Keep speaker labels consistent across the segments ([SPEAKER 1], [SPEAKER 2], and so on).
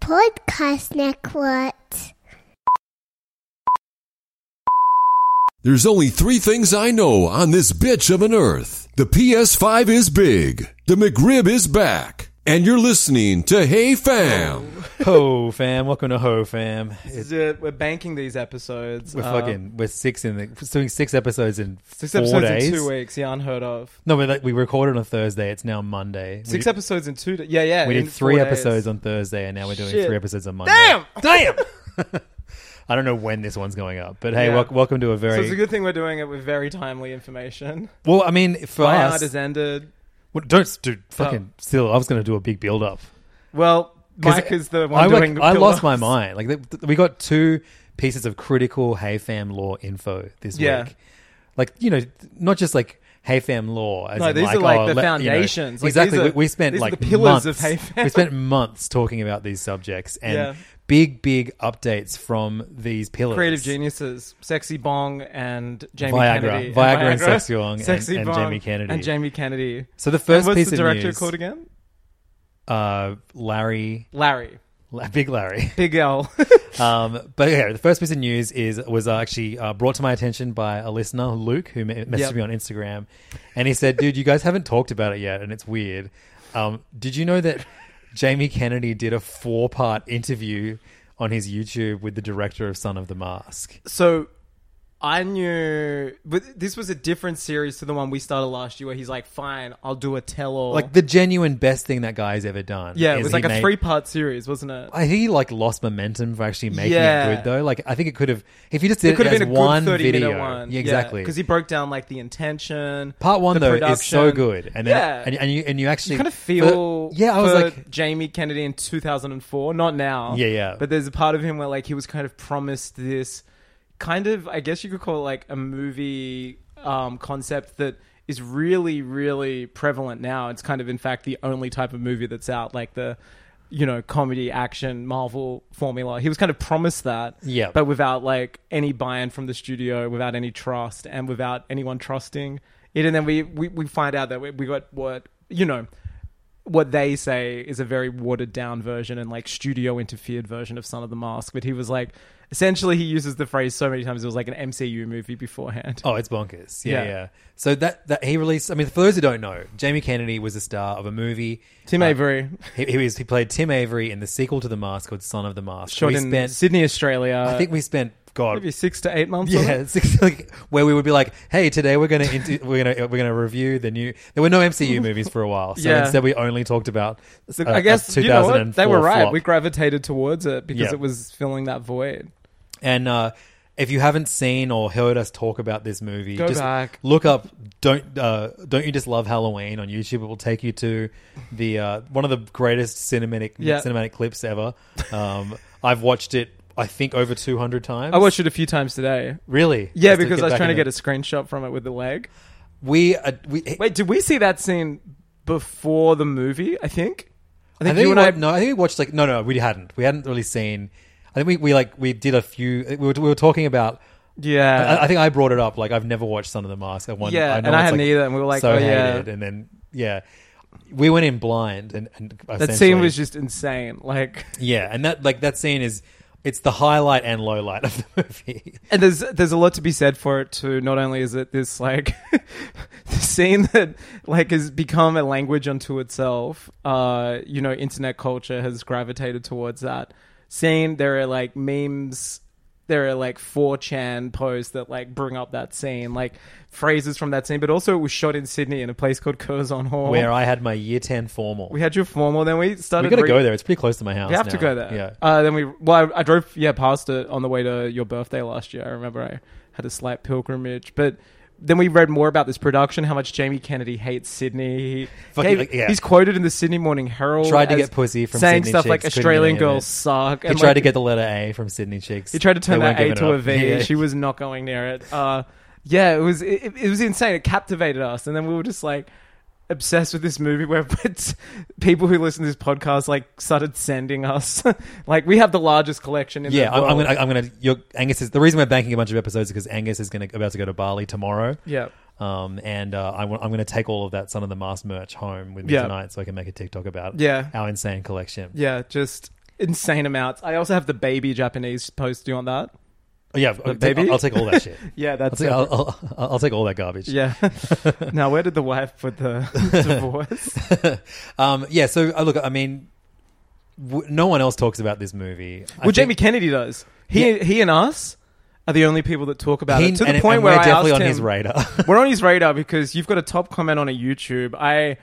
[SPEAKER 1] podcast network.
[SPEAKER 2] There's only three things I know on this bitch of an earth. The PS5 is big, the McRib is back, and you're listening to Hey Fam.
[SPEAKER 3] Ho fam, welcome to Ho fam.
[SPEAKER 4] This is it. We're banking these episodes.
[SPEAKER 3] We're
[SPEAKER 4] Uh,
[SPEAKER 3] fucking we're six in the we're doing six episodes in
[SPEAKER 4] six
[SPEAKER 3] four
[SPEAKER 4] episodes
[SPEAKER 3] days.
[SPEAKER 4] in two weeks. Yeah, unheard of.
[SPEAKER 3] No, but like we recorded on Thursday. It's now Monday.
[SPEAKER 4] Six
[SPEAKER 3] we,
[SPEAKER 4] episodes in two. Da- yeah, yeah.
[SPEAKER 3] We
[SPEAKER 4] in
[SPEAKER 3] did
[SPEAKER 4] four
[SPEAKER 3] three
[SPEAKER 4] days.
[SPEAKER 3] episodes on Thursday, and now we're doing
[SPEAKER 4] Shit.
[SPEAKER 3] three episodes on Monday.
[SPEAKER 4] Damn, damn.
[SPEAKER 3] I don't know when this one's going up, but hey,
[SPEAKER 4] Yeah.
[SPEAKER 3] wel- welcome to a
[SPEAKER 4] so
[SPEAKER 3] very
[SPEAKER 4] it's a good thing we're doing it with very timely information.
[SPEAKER 3] well. I mean, for
[SPEAKER 4] My
[SPEAKER 3] us,
[SPEAKER 4] art Oh. has ended.
[SPEAKER 3] Well, don't dude, fucking still. I was going to do a big build up.
[SPEAKER 4] Well, Mike is the one
[SPEAKER 3] I,
[SPEAKER 4] doing.
[SPEAKER 3] I lost
[SPEAKER 4] pillows.
[SPEAKER 3] my mind. Like th- th- we got two pieces of critical Hey Fam law info this
[SPEAKER 4] Yeah.
[SPEAKER 3] week. Like you know, th- not just like Hey Fam law. As
[SPEAKER 4] No,
[SPEAKER 3] in,
[SPEAKER 4] these are like
[SPEAKER 3] oh,
[SPEAKER 4] the
[SPEAKER 3] let- you know,
[SPEAKER 4] foundations. Like,
[SPEAKER 3] exactly.
[SPEAKER 4] these are-
[SPEAKER 3] we, we spent
[SPEAKER 4] these are
[SPEAKER 3] like
[SPEAKER 4] the pillars
[SPEAKER 3] months,
[SPEAKER 4] of Hey Fam.
[SPEAKER 3] We spent months talking about these subjects and
[SPEAKER 4] Yeah.
[SPEAKER 3] big, big updates from these pillars.
[SPEAKER 4] Creative geniuses, Sexy Bong and Jamie
[SPEAKER 3] Viagra.
[SPEAKER 4] Kennedy.
[SPEAKER 3] Viagra and Sexy Bong and-
[SPEAKER 4] Sexy
[SPEAKER 3] and
[SPEAKER 4] Bong
[SPEAKER 3] Jamie Kennedy.
[SPEAKER 4] And Jamie Kennedy.
[SPEAKER 3] So the first
[SPEAKER 4] And what's
[SPEAKER 3] piece
[SPEAKER 4] the
[SPEAKER 3] of
[SPEAKER 4] director
[SPEAKER 3] news,
[SPEAKER 4] called again?
[SPEAKER 3] uh, Larry,
[SPEAKER 4] Larry.
[SPEAKER 3] La- Big Larry.
[SPEAKER 4] Big L.
[SPEAKER 3] Um, but yeah, the first piece of news is was actually uh, brought to my attention by a listener, Luke, who me- messaged
[SPEAKER 4] Yep.
[SPEAKER 3] me on Instagram, and he said, "Dude, you guys haven't talked about it yet, and it's weird. Um, did you know that Jamie Kennedy did a four-part interview on his YouTube with the director of Son of the Mask?
[SPEAKER 4] so I knew, but this was a different series to the one we started last year, where he's like, "Fine, I'll do a tell-all."
[SPEAKER 3] Like the genuine best thing that guy's ever done.
[SPEAKER 4] yeah, it
[SPEAKER 3] is
[SPEAKER 4] was
[SPEAKER 3] he
[SPEAKER 4] like a
[SPEAKER 3] made-
[SPEAKER 4] three-part series, wasn't it?
[SPEAKER 3] I think he like lost momentum for actually making
[SPEAKER 4] Yeah.
[SPEAKER 3] it good though. Like I think it could have if he just did
[SPEAKER 4] It
[SPEAKER 3] it,
[SPEAKER 4] could have
[SPEAKER 3] as
[SPEAKER 4] been a
[SPEAKER 3] one
[SPEAKER 4] good thirty-minute
[SPEAKER 3] video.
[SPEAKER 4] one,
[SPEAKER 3] Yeah, exactly.
[SPEAKER 4] because he broke down like the intention.
[SPEAKER 3] Part one
[SPEAKER 4] the
[SPEAKER 3] though is
[SPEAKER 4] production.
[SPEAKER 3] so good, and then
[SPEAKER 4] yeah,
[SPEAKER 3] and, and you and you actually
[SPEAKER 4] you kind of feel
[SPEAKER 3] But- yeah, I was
[SPEAKER 4] for
[SPEAKER 3] like
[SPEAKER 4] Jamie Kennedy in 2004, not now.
[SPEAKER 3] Yeah, yeah.
[SPEAKER 4] But there's a part of him where like he was kind of promised this kind of I guess you could call it like a movie um, concept that is really really prevalent now. It's kind of in fact the only type of movie that's out like the you know comedy action Marvel formula. He was kind of promised that.
[SPEAKER 3] Yeah.
[SPEAKER 4] But without like any buy-in from the studio, without any trust and without anyone trusting it and then we we, we find out that we, we got what you know what they say is a very watered down version and like studio interfered version of Son of the Mask. But he was like, essentially, he uses the phrase so many times. It was like an MCU movie beforehand.
[SPEAKER 3] oh, it's bonkers. Yeah,
[SPEAKER 4] Yeah.
[SPEAKER 3] yeah, So that that he released. I mean, for those who don't know, Jamie Kennedy was a star of a movie.
[SPEAKER 4] Tim
[SPEAKER 3] Uh,
[SPEAKER 4] Avery,
[SPEAKER 3] He, he was he played Tim Avery in the sequel to The Mask called Son of the Mask.
[SPEAKER 4] shot in Sydney, Australia.
[SPEAKER 3] I think we spent God
[SPEAKER 4] maybe six to eight months. on
[SPEAKER 3] Yeah,
[SPEAKER 4] it.
[SPEAKER 3] it's like- like, where we would be like, "Hey, today we're gonna into, we're gonna we're gonna review the new." There were no MCU movies for a while, so
[SPEAKER 4] Yeah.
[SPEAKER 3] instead we only talked about.
[SPEAKER 4] So
[SPEAKER 3] uh,
[SPEAKER 4] I guess
[SPEAKER 3] a
[SPEAKER 4] you know what
[SPEAKER 3] 2004
[SPEAKER 4] they were right.
[SPEAKER 3] flop.
[SPEAKER 4] We gravitated towards it because
[SPEAKER 3] Yeah.
[SPEAKER 4] it was filling that void.
[SPEAKER 3] And uh, if you haven't seen or heard us talk about this movie,
[SPEAKER 4] Go
[SPEAKER 3] just
[SPEAKER 4] back.
[SPEAKER 3] look up "Don't uh, Don't You Just Love Halloween" on YouTube. It will take you to the uh, one of the greatest cinematic
[SPEAKER 4] Yeah.
[SPEAKER 3] cinematic clips ever. Um, I've watched it, I think, over two hundred times.
[SPEAKER 4] I watched it a few times today.
[SPEAKER 3] really, Just
[SPEAKER 4] Yeah,
[SPEAKER 3] to
[SPEAKER 4] because
[SPEAKER 3] get
[SPEAKER 4] I was
[SPEAKER 3] back
[SPEAKER 4] trying to
[SPEAKER 3] in
[SPEAKER 4] get a
[SPEAKER 3] the-
[SPEAKER 4] screenshot from it with the leg.
[SPEAKER 3] We, uh, we
[SPEAKER 4] Wait, did we see that scene before the movie? I think. I
[SPEAKER 3] I think we wa- no, I think we watched like no, no, we hadn't. We hadn't really seen. I think we, we like we did a few. We were, we were talking about.
[SPEAKER 4] Yeah,
[SPEAKER 3] I, I think I brought it up. Like I've never watched Son of the Mask. I one,
[SPEAKER 4] Yeah,
[SPEAKER 3] I know
[SPEAKER 4] and I
[SPEAKER 3] it's,
[SPEAKER 4] hadn't
[SPEAKER 3] like,
[SPEAKER 4] either, and we were like,
[SPEAKER 3] so
[SPEAKER 4] oh, yeah.
[SPEAKER 3] hated, and then yeah, we went in blind, and, and
[SPEAKER 4] That
[SPEAKER 3] essentially-
[SPEAKER 4] scene was just insane. Like,
[SPEAKER 3] yeah, and that like that scene is it's the highlight and low light of the movie.
[SPEAKER 4] and there's there's a lot to be said for it too. Not only is it this like scene that like has become a language unto itself. Uh, you know, internet culture has gravitated towards that scene. There are like memes. There are like 4chan posts that like bring up that scene, like phrases from that scene. But also, it was shot in Sydney in a place called Curzon Hall.
[SPEAKER 3] Where I had my year ten formal.
[SPEAKER 4] Oh. we had your formal, then we started.
[SPEAKER 3] We gotta
[SPEAKER 4] re-
[SPEAKER 3] go there. It's pretty close to my house.
[SPEAKER 4] you have to
[SPEAKER 3] now.
[SPEAKER 4] go there.
[SPEAKER 3] Yeah.
[SPEAKER 4] Uh, then we. Well, I, I drove. Yeah, past it on the way to your birthday last year. I remember I had a slight pilgrimage, but. Then we read more about this production, how much Jamie Kennedy hates Sydney. He
[SPEAKER 3] Fucking-
[SPEAKER 4] gave-
[SPEAKER 3] yeah.
[SPEAKER 4] He's quoted in the Sydney Morning Herald.
[SPEAKER 3] Tried to
[SPEAKER 4] as
[SPEAKER 3] get pussy from
[SPEAKER 4] saying
[SPEAKER 3] Sydney
[SPEAKER 4] stuff like
[SPEAKER 3] chicks, couldn't
[SPEAKER 4] Australian
[SPEAKER 3] get it.
[SPEAKER 4] girls suck.
[SPEAKER 3] He
[SPEAKER 4] and,
[SPEAKER 3] tried
[SPEAKER 4] like,
[SPEAKER 3] to get the letter A from Sydney Chicks.
[SPEAKER 4] He tried to turn
[SPEAKER 3] They
[SPEAKER 4] that
[SPEAKER 3] weren't
[SPEAKER 4] A
[SPEAKER 3] giving
[SPEAKER 4] to
[SPEAKER 3] it
[SPEAKER 4] a
[SPEAKER 3] up.
[SPEAKER 4] V.
[SPEAKER 3] Yeah.
[SPEAKER 4] She was not going near it. Uh, yeah, it was it, it was insane. It captivated us, and then we were just like obsessed with this movie. Where it's- people who listen to this podcast like started sending us. like we have the largest collection in
[SPEAKER 3] Yeah,
[SPEAKER 4] the
[SPEAKER 3] I'm,
[SPEAKER 4] world.
[SPEAKER 3] I'm gonna. I'm gonna. Your, Angus is the reason we're banking a bunch of episodes because Angus is gonna about to go to Bali tomorrow.
[SPEAKER 4] yeah.
[SPEAKER 3] Um, and uh, I want, I'm going to take all of that Son of the Mask merch home with me
[SPEAKER 4] Yeah.
[SPEAKER 3] tonight so I can make a TikTok about
[SPEAKER 4] Yeah.
[SPEAKER 3] our insane collection.
[SPEAKER 4] Yeah, just insane amounts. I also have the baby Japanese post. Do you want that?
[SPEAKER 3] Oh, yeah I'll, take,
[SPEAKER 4] baby?
[SPEAKER 3] I'll, I'll take all that shit.
[SPEAKER 4] Yeah,
[SPEAKER 3] I'll,
[SPEAKER 4] that's
[SPEAKER 3] take, I'll, I'll- I'll- I'll take all that garbage.
[SPEAKER 4] yeah. now, where did the wife put the divorce?
[SPEAKER 3] Um, yeah, so uh, look, I mean, w- no one else talks about this movie. I
[SPEAKER 4] well,
[SPEAKER 3] think-
[SPEAKER 4] Jamie Kennedy does. He he and us are the only people that talk about
[SPEAKER 3] he-
[SPEAKER 4] it to
[SPEAKER 3] and-
[SPEAKER 4] the point
[SPEAKER 3] and
[SPEAKER 4] where
[SPEAKER 3] we're
[SPEAKER 4] I
[SPEAKER 3] definitely
[SPEAKER 4] asked
[SPEAKER 3] on
[SPEAKER 4] him,
[SPEAKER 3] his radar.
[SPEAKER 4] we're on his radar because you've got a top comment on a YouTube. I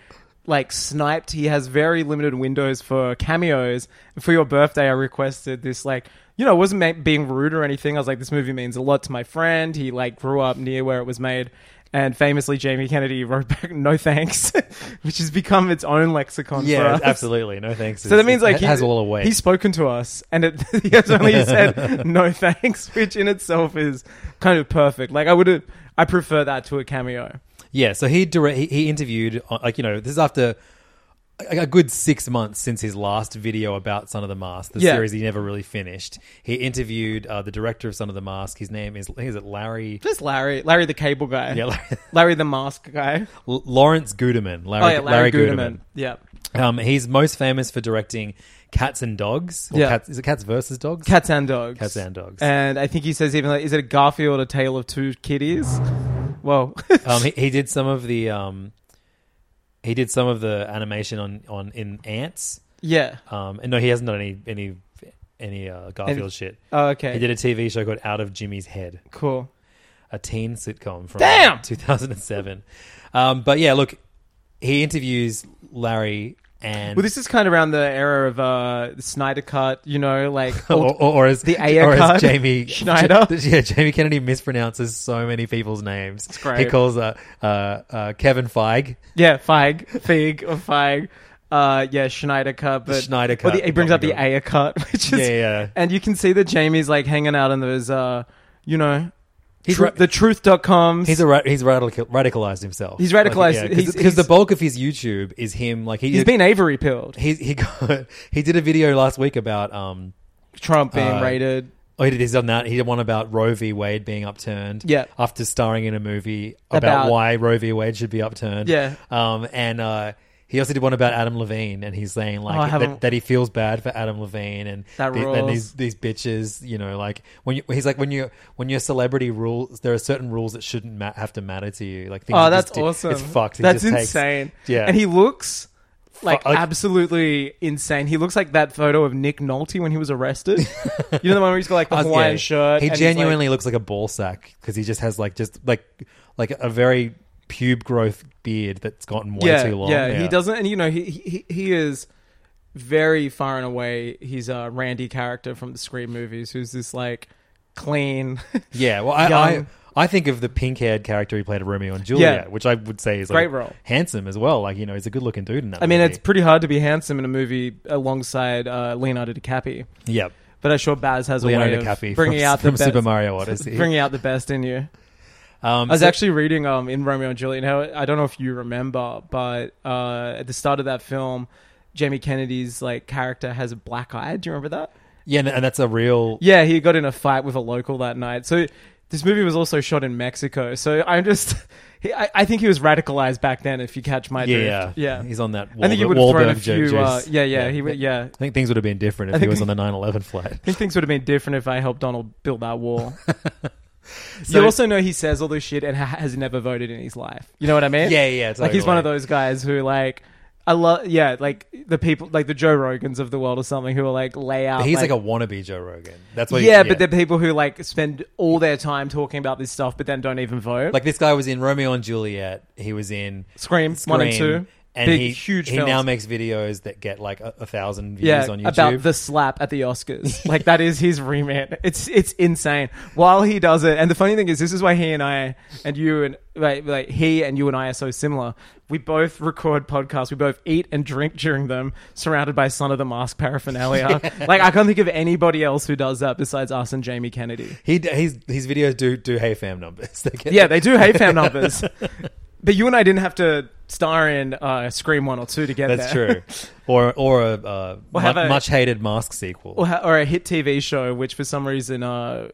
[SPEAKER 4] like sniped. He has very limited windows for cameos. For your birthday, I requested this like. You know, I wasn't ma- being rude or anything. I was like, this movie means a lot to my friend. He like grew up near where it was made, and famously, Jamie Kennedy wrote back, "No thanks," which has become its own lexicon. for
[SPEAKER 3] yeah,
[SPEAKER 4] us.
[SPEAKER 3] absolutely. No thanks.
[SPEAKER 4] So that means like
[SPEAKER 3] he has all away.
[SPEAKER 4] He's spoken to us, and it, he has only said no thanks, which in itself is kind of perfect. Like I would have, I prefer that to a cameo.
[SPEAKER 3] Yeah, so he direct, he, he interviewed uh, like you know this is after a, a good six months since his last video about Son of the Mask, the
[SPEAKER 4] Yeah.
[SPEAKER 3] series he never really finished. He interviewed uh, the director of Son of the Mask. His name is I think is it Larry.
[SPEAKER 4] Just Larry, Larry the cable guy,
[SPEAKER 3] Yeah, Larry,
[SPEAKER 4] Larry the mask guy.
[SPEAKER 3] L- Lawrence Guterman. Larry,
[SPEAKER 4] oh yeah, Larry,
[SPEAKER 3] Guterman.
[SPEAKER 4] Guterman. Yeah,
[SPEAKER 3] Um, he's most famous for directing Cats and Dogs. Or
[SPEAKER 4] Yeah.
[SPEAKER 3] Cats, is it Cats versus Dogs?
[SPEAKER 4] cats and dogs.
[SPEAKER 3] Cats and Dogs.
[SPEAKER 4] And I think he says even like, is it a Garfield, a Tale of Two Kitties? Whoa.
[SPEAKER 3] um, he, he did some of the um, he did some of the animation on on in Ants.
[SPEAKER 4] yeah.
[SPEAKER 3] Um, and no, he hasn't done any any any uh, Garfield
[SPEAKER 4] Any-
[SPEAKER 3] shit.
[SPEAKER 4] Oh, okay.
[SPEAKER 3] He did a TV show called Out of Jimmy's Head,
[SPEAKER 4] Cool.
[SPEAKER 3] a teen sitcom from
[SPEAKER 4] Damn!
[SPEAKER 3] 2007. Um, but yeah, look, he interviews Larry and.
[SPEAKER 4] Well, this is kind of around the era of uh, the Snyder Cut, you know, like
[SPEAKER 3] or, or, or as
[SPEAKER 4] the Aya
[SPEAKER 3] or as
[SPEAKER 4] card.
[SPEAKER 3] Jamie
[SPEAKER 4] Schneider.
[SPEAKER 3] yeah, Jamie Kennedy mispronounces so many people's names.
[SPEAKER 4] great.
[SPEAKER 3] He calls uh, uh, uh, Kevin Feige.
[SPEAKER 4] Yeah, Feig, Feig, or Feig. Uh, yeah, Schneider cut, but
[SPEAKER 3] Schneider
[SPEAKER 4] well, the-
[SPEAKER 3] cut,
[SPEAKER 4] he brings up the
[SPEAKER 3] probably
[SPEAKER 4] Aya cut, which is
[SPEAKER 3] Yeah, yeah.
[SPEAKER 4] and you can see that Jamie's like hanging out in those, uh, you know,
[SPEAKER 3] He's
[SPEAKER 4] tru-
[SPEAKER 3] ra-
[SPEAKER 4] the truth.coms.
[SPEAKER 3] He's a ra- he's radical- radicalized himself.
[SPEAKER 4] He's radicalized. He's-
[SPEAKER 3] because the
[SPEAKER 4] he's-
[SPEAKER 3] bulk of his YouTube is him. Like he
[SPEAKER 4] he's been Avery pilled.
[SPEAKER 3] he he got, he did a video last week about um
[SPEAKER 4] Trump being
[SPEAKER 3] Uh,
[SPEAKER 4] raided.
[SPEAKER 3] Oh, he did. He's done that. He did one about Roe v. Wade being upturned.
[SPEAKER 4] Yeah.
[SPEAKER 3] After starring in a movie about,
[SPEAKER 4] About-
[SPEAKER 3] why Roe v. Wade should be upturned.
[SPEAKER 4] Yeah.
[SPEAKER 3] Um, and uh, he also did one about Adam Levine, and he's saying
[SPEAKER 4] Oh, I
[SPEAKER 3] like
[SPEAKER 4] haven't-
[SPEAKER 3] that, that he feels bad for Adam Levine and
[SPEAKER 4] That
[SPEAKER 3] the-
[SPEAKER 4] rules.
[SPEAKER 3] and these these bitches. You know, like when you, he's like when you when you're a celebrity rules, there are certain rules that shouldn't ma- have to matter to you. Like things
[SPEAKER 4] Oh,
[SPEAKER 3] you
[SPEAKER 4] that's
[SPEAKER 3] just do-
[SPEAKER 4] awesome.
[SPEAKER 3] It's fucked. He
[SPEAKER 4] That's
[SPEAKER 3] just takes-
[SPEAKER 4] insane.
[SPEAKER 3] yeah.
[SPEAKER 4] and he looks. Like,
[SPEAKER 3] Fu- like-
[SPEAKER 4] absolutely insane. He looks like that photo of Nick Nolte when he was arrested. you know the one where he's got like the
[SPEAKER 3] Uh,
[SPEAKER 4] Hawaiian
[SPEAKER 3] yeah.
[SPEAKER 4] shirt.
[SPEAKER 3] He
[SPEAKER 4] and he's, like-
[SPEAKER 3] genuinely looks like a ball sack because he just has like just like like a very pube growth beard that's gotten way too long.
[SPEAKER 4] Yeah, he doesn't, and you know, he he, he is very far and away. He's a Randy character from the Scream movies, who's this like clean.
[SPEAKER 3] Yeah, well, I, I
[SPEAKER 4] Young.
[SPEAKER 3] I think of the pink haired character he played of Romeo and Juliet,
[SPEAKER 4] Yeah.
[SPEAKER 3] which I would say is
[SPEAKER 4] Great
[SPEAKER 3] like,
[SPEAKER 4] role.
[SPEAKER 3] handsome as well. Like you know, he's a good looking dude in that.
[SPEAKER 4] I mean,
[SPEAKER 3] movie.
[SPEAKER 4] it's pretty hard to be handsome in a movie alongside uh, Leonardo DiCaprio.
[SPEAKER 3] yeah.
[SPEAKER 4] But I'm sure Baz has a
[SPEAKER 3] Leonardo
[SPEAKER 4] way
[SPEAKER 3] DiCaprio
[SPEAKER 4] of bringing
[SPEAKER 3] from-
[SPEAKER 4] out the
[SPEAKER 3] from
[SPEAKER 4] best,
[SPEAKER 3] Super Mario Odyssey.
[SPEAKER 4] bringing out the best in you.
[SPEAKER 3] Um,
[SPEAKER 4] I was
[SPEAKER 3] so-
[SPEAKER 4] actually reading um, in Romeo and Juliet. How I don't know if you remember, but uh, at the start of that film, Jamie Kennedy's like character has a black eye. Do you remember that?
[SPEAKER 3] yeah, and, and that's a real
[SPEAKER 4] Yeah, he got in a fight with a local that night. So This movie was also shot in Mexico, so I'm just. He, I, I think he was radicalized back then. If you catch my drift,
[SPEAKER 3] yeah,
[SPEAKER 4] yeah.
[SPEAKER 3] He's on that. Wahlberg,
[SPEAKER 4] I think he would have
[SPEAKER 3] Wahlberg
[SPEAKER 4] thrown a
[SPEAKER 3] joke,
[SPEAKER 4] few. Uh,
[SPEAKER 3] Jace.
[SPEAKER 4] yeah, yeah, he would. Yeah,
[SPEAKER 3] I think things would have been different if he was on the 9/11 flight.
[SPEAKER 4] I think things would have been different if I helped Donald build that wall.
[SPEAKER 3] So-
[SPEAKER 4] you also know he says all this shit and ha- has never voted in his life. You know what I mean?
[SPEAKER 3] Yeah, yeah,
[SPEAKER 4] Like he's one of
[SPEAKER 3] totally.
[SPEAKER 4] those guys who like. I love, yeah, like the people, like the Joe Rogans of the world or something who are Oh, like lay out.
[SPEAKER 3] He's like, a wannabe Joe Rogan. That's what. he-
[SPEAKER 4] yeah, but they're people who like spend all their time talking about this stuff, but then don't even vote.
[SPEAKER 3] like this guy was in Romeo and Juliet. He was in
[SPEAKER 4] Scream, one and two,
[SPEAKER 3] and
[SPEAKER 4] big
[SPEAKER 3] he
[SPEAKER 4] huge.
[SPEAKER 3] He
[SPEAKER 4] films.
[SPEAKER 3] now makes videos that get like a, a thousand views
[SPEAKER 4] yeah
[SPEAKER 3] on YouTube.
[SPEAKER 4] about the slap at the Oscars. like that is his remit. It's it's insane. While he does it, and the funny thing is, this is why he and I and you and like, like he and you and I are so similar. We both record podcasts. We both eat and drink during them, surrounded by Son of the Mask paraphernalia. Like I can't think of anybody else who does that besides us and Jamie Kennedy.
[SPEAKER 3] he d- he's, his videos do do hey fam numbers. They get-
[SPEAKER 4] Yeah, they do hate fan numbers. But you and I didn't have to star in uh, Scream one or two to get
[SPEAKER 3] That's true.
[SPEAKER 4] there.
[SPEAKER 3] Or or a, uh,
[SPEAKER 4] Or have
[SPEAKER 3] mu-
[SPEAKER 4] a-
[SPEAKER 3] much hated Mask sequel.
[SPEAKER 4] Or, ha- or a hit TV show, which for some reason, uh,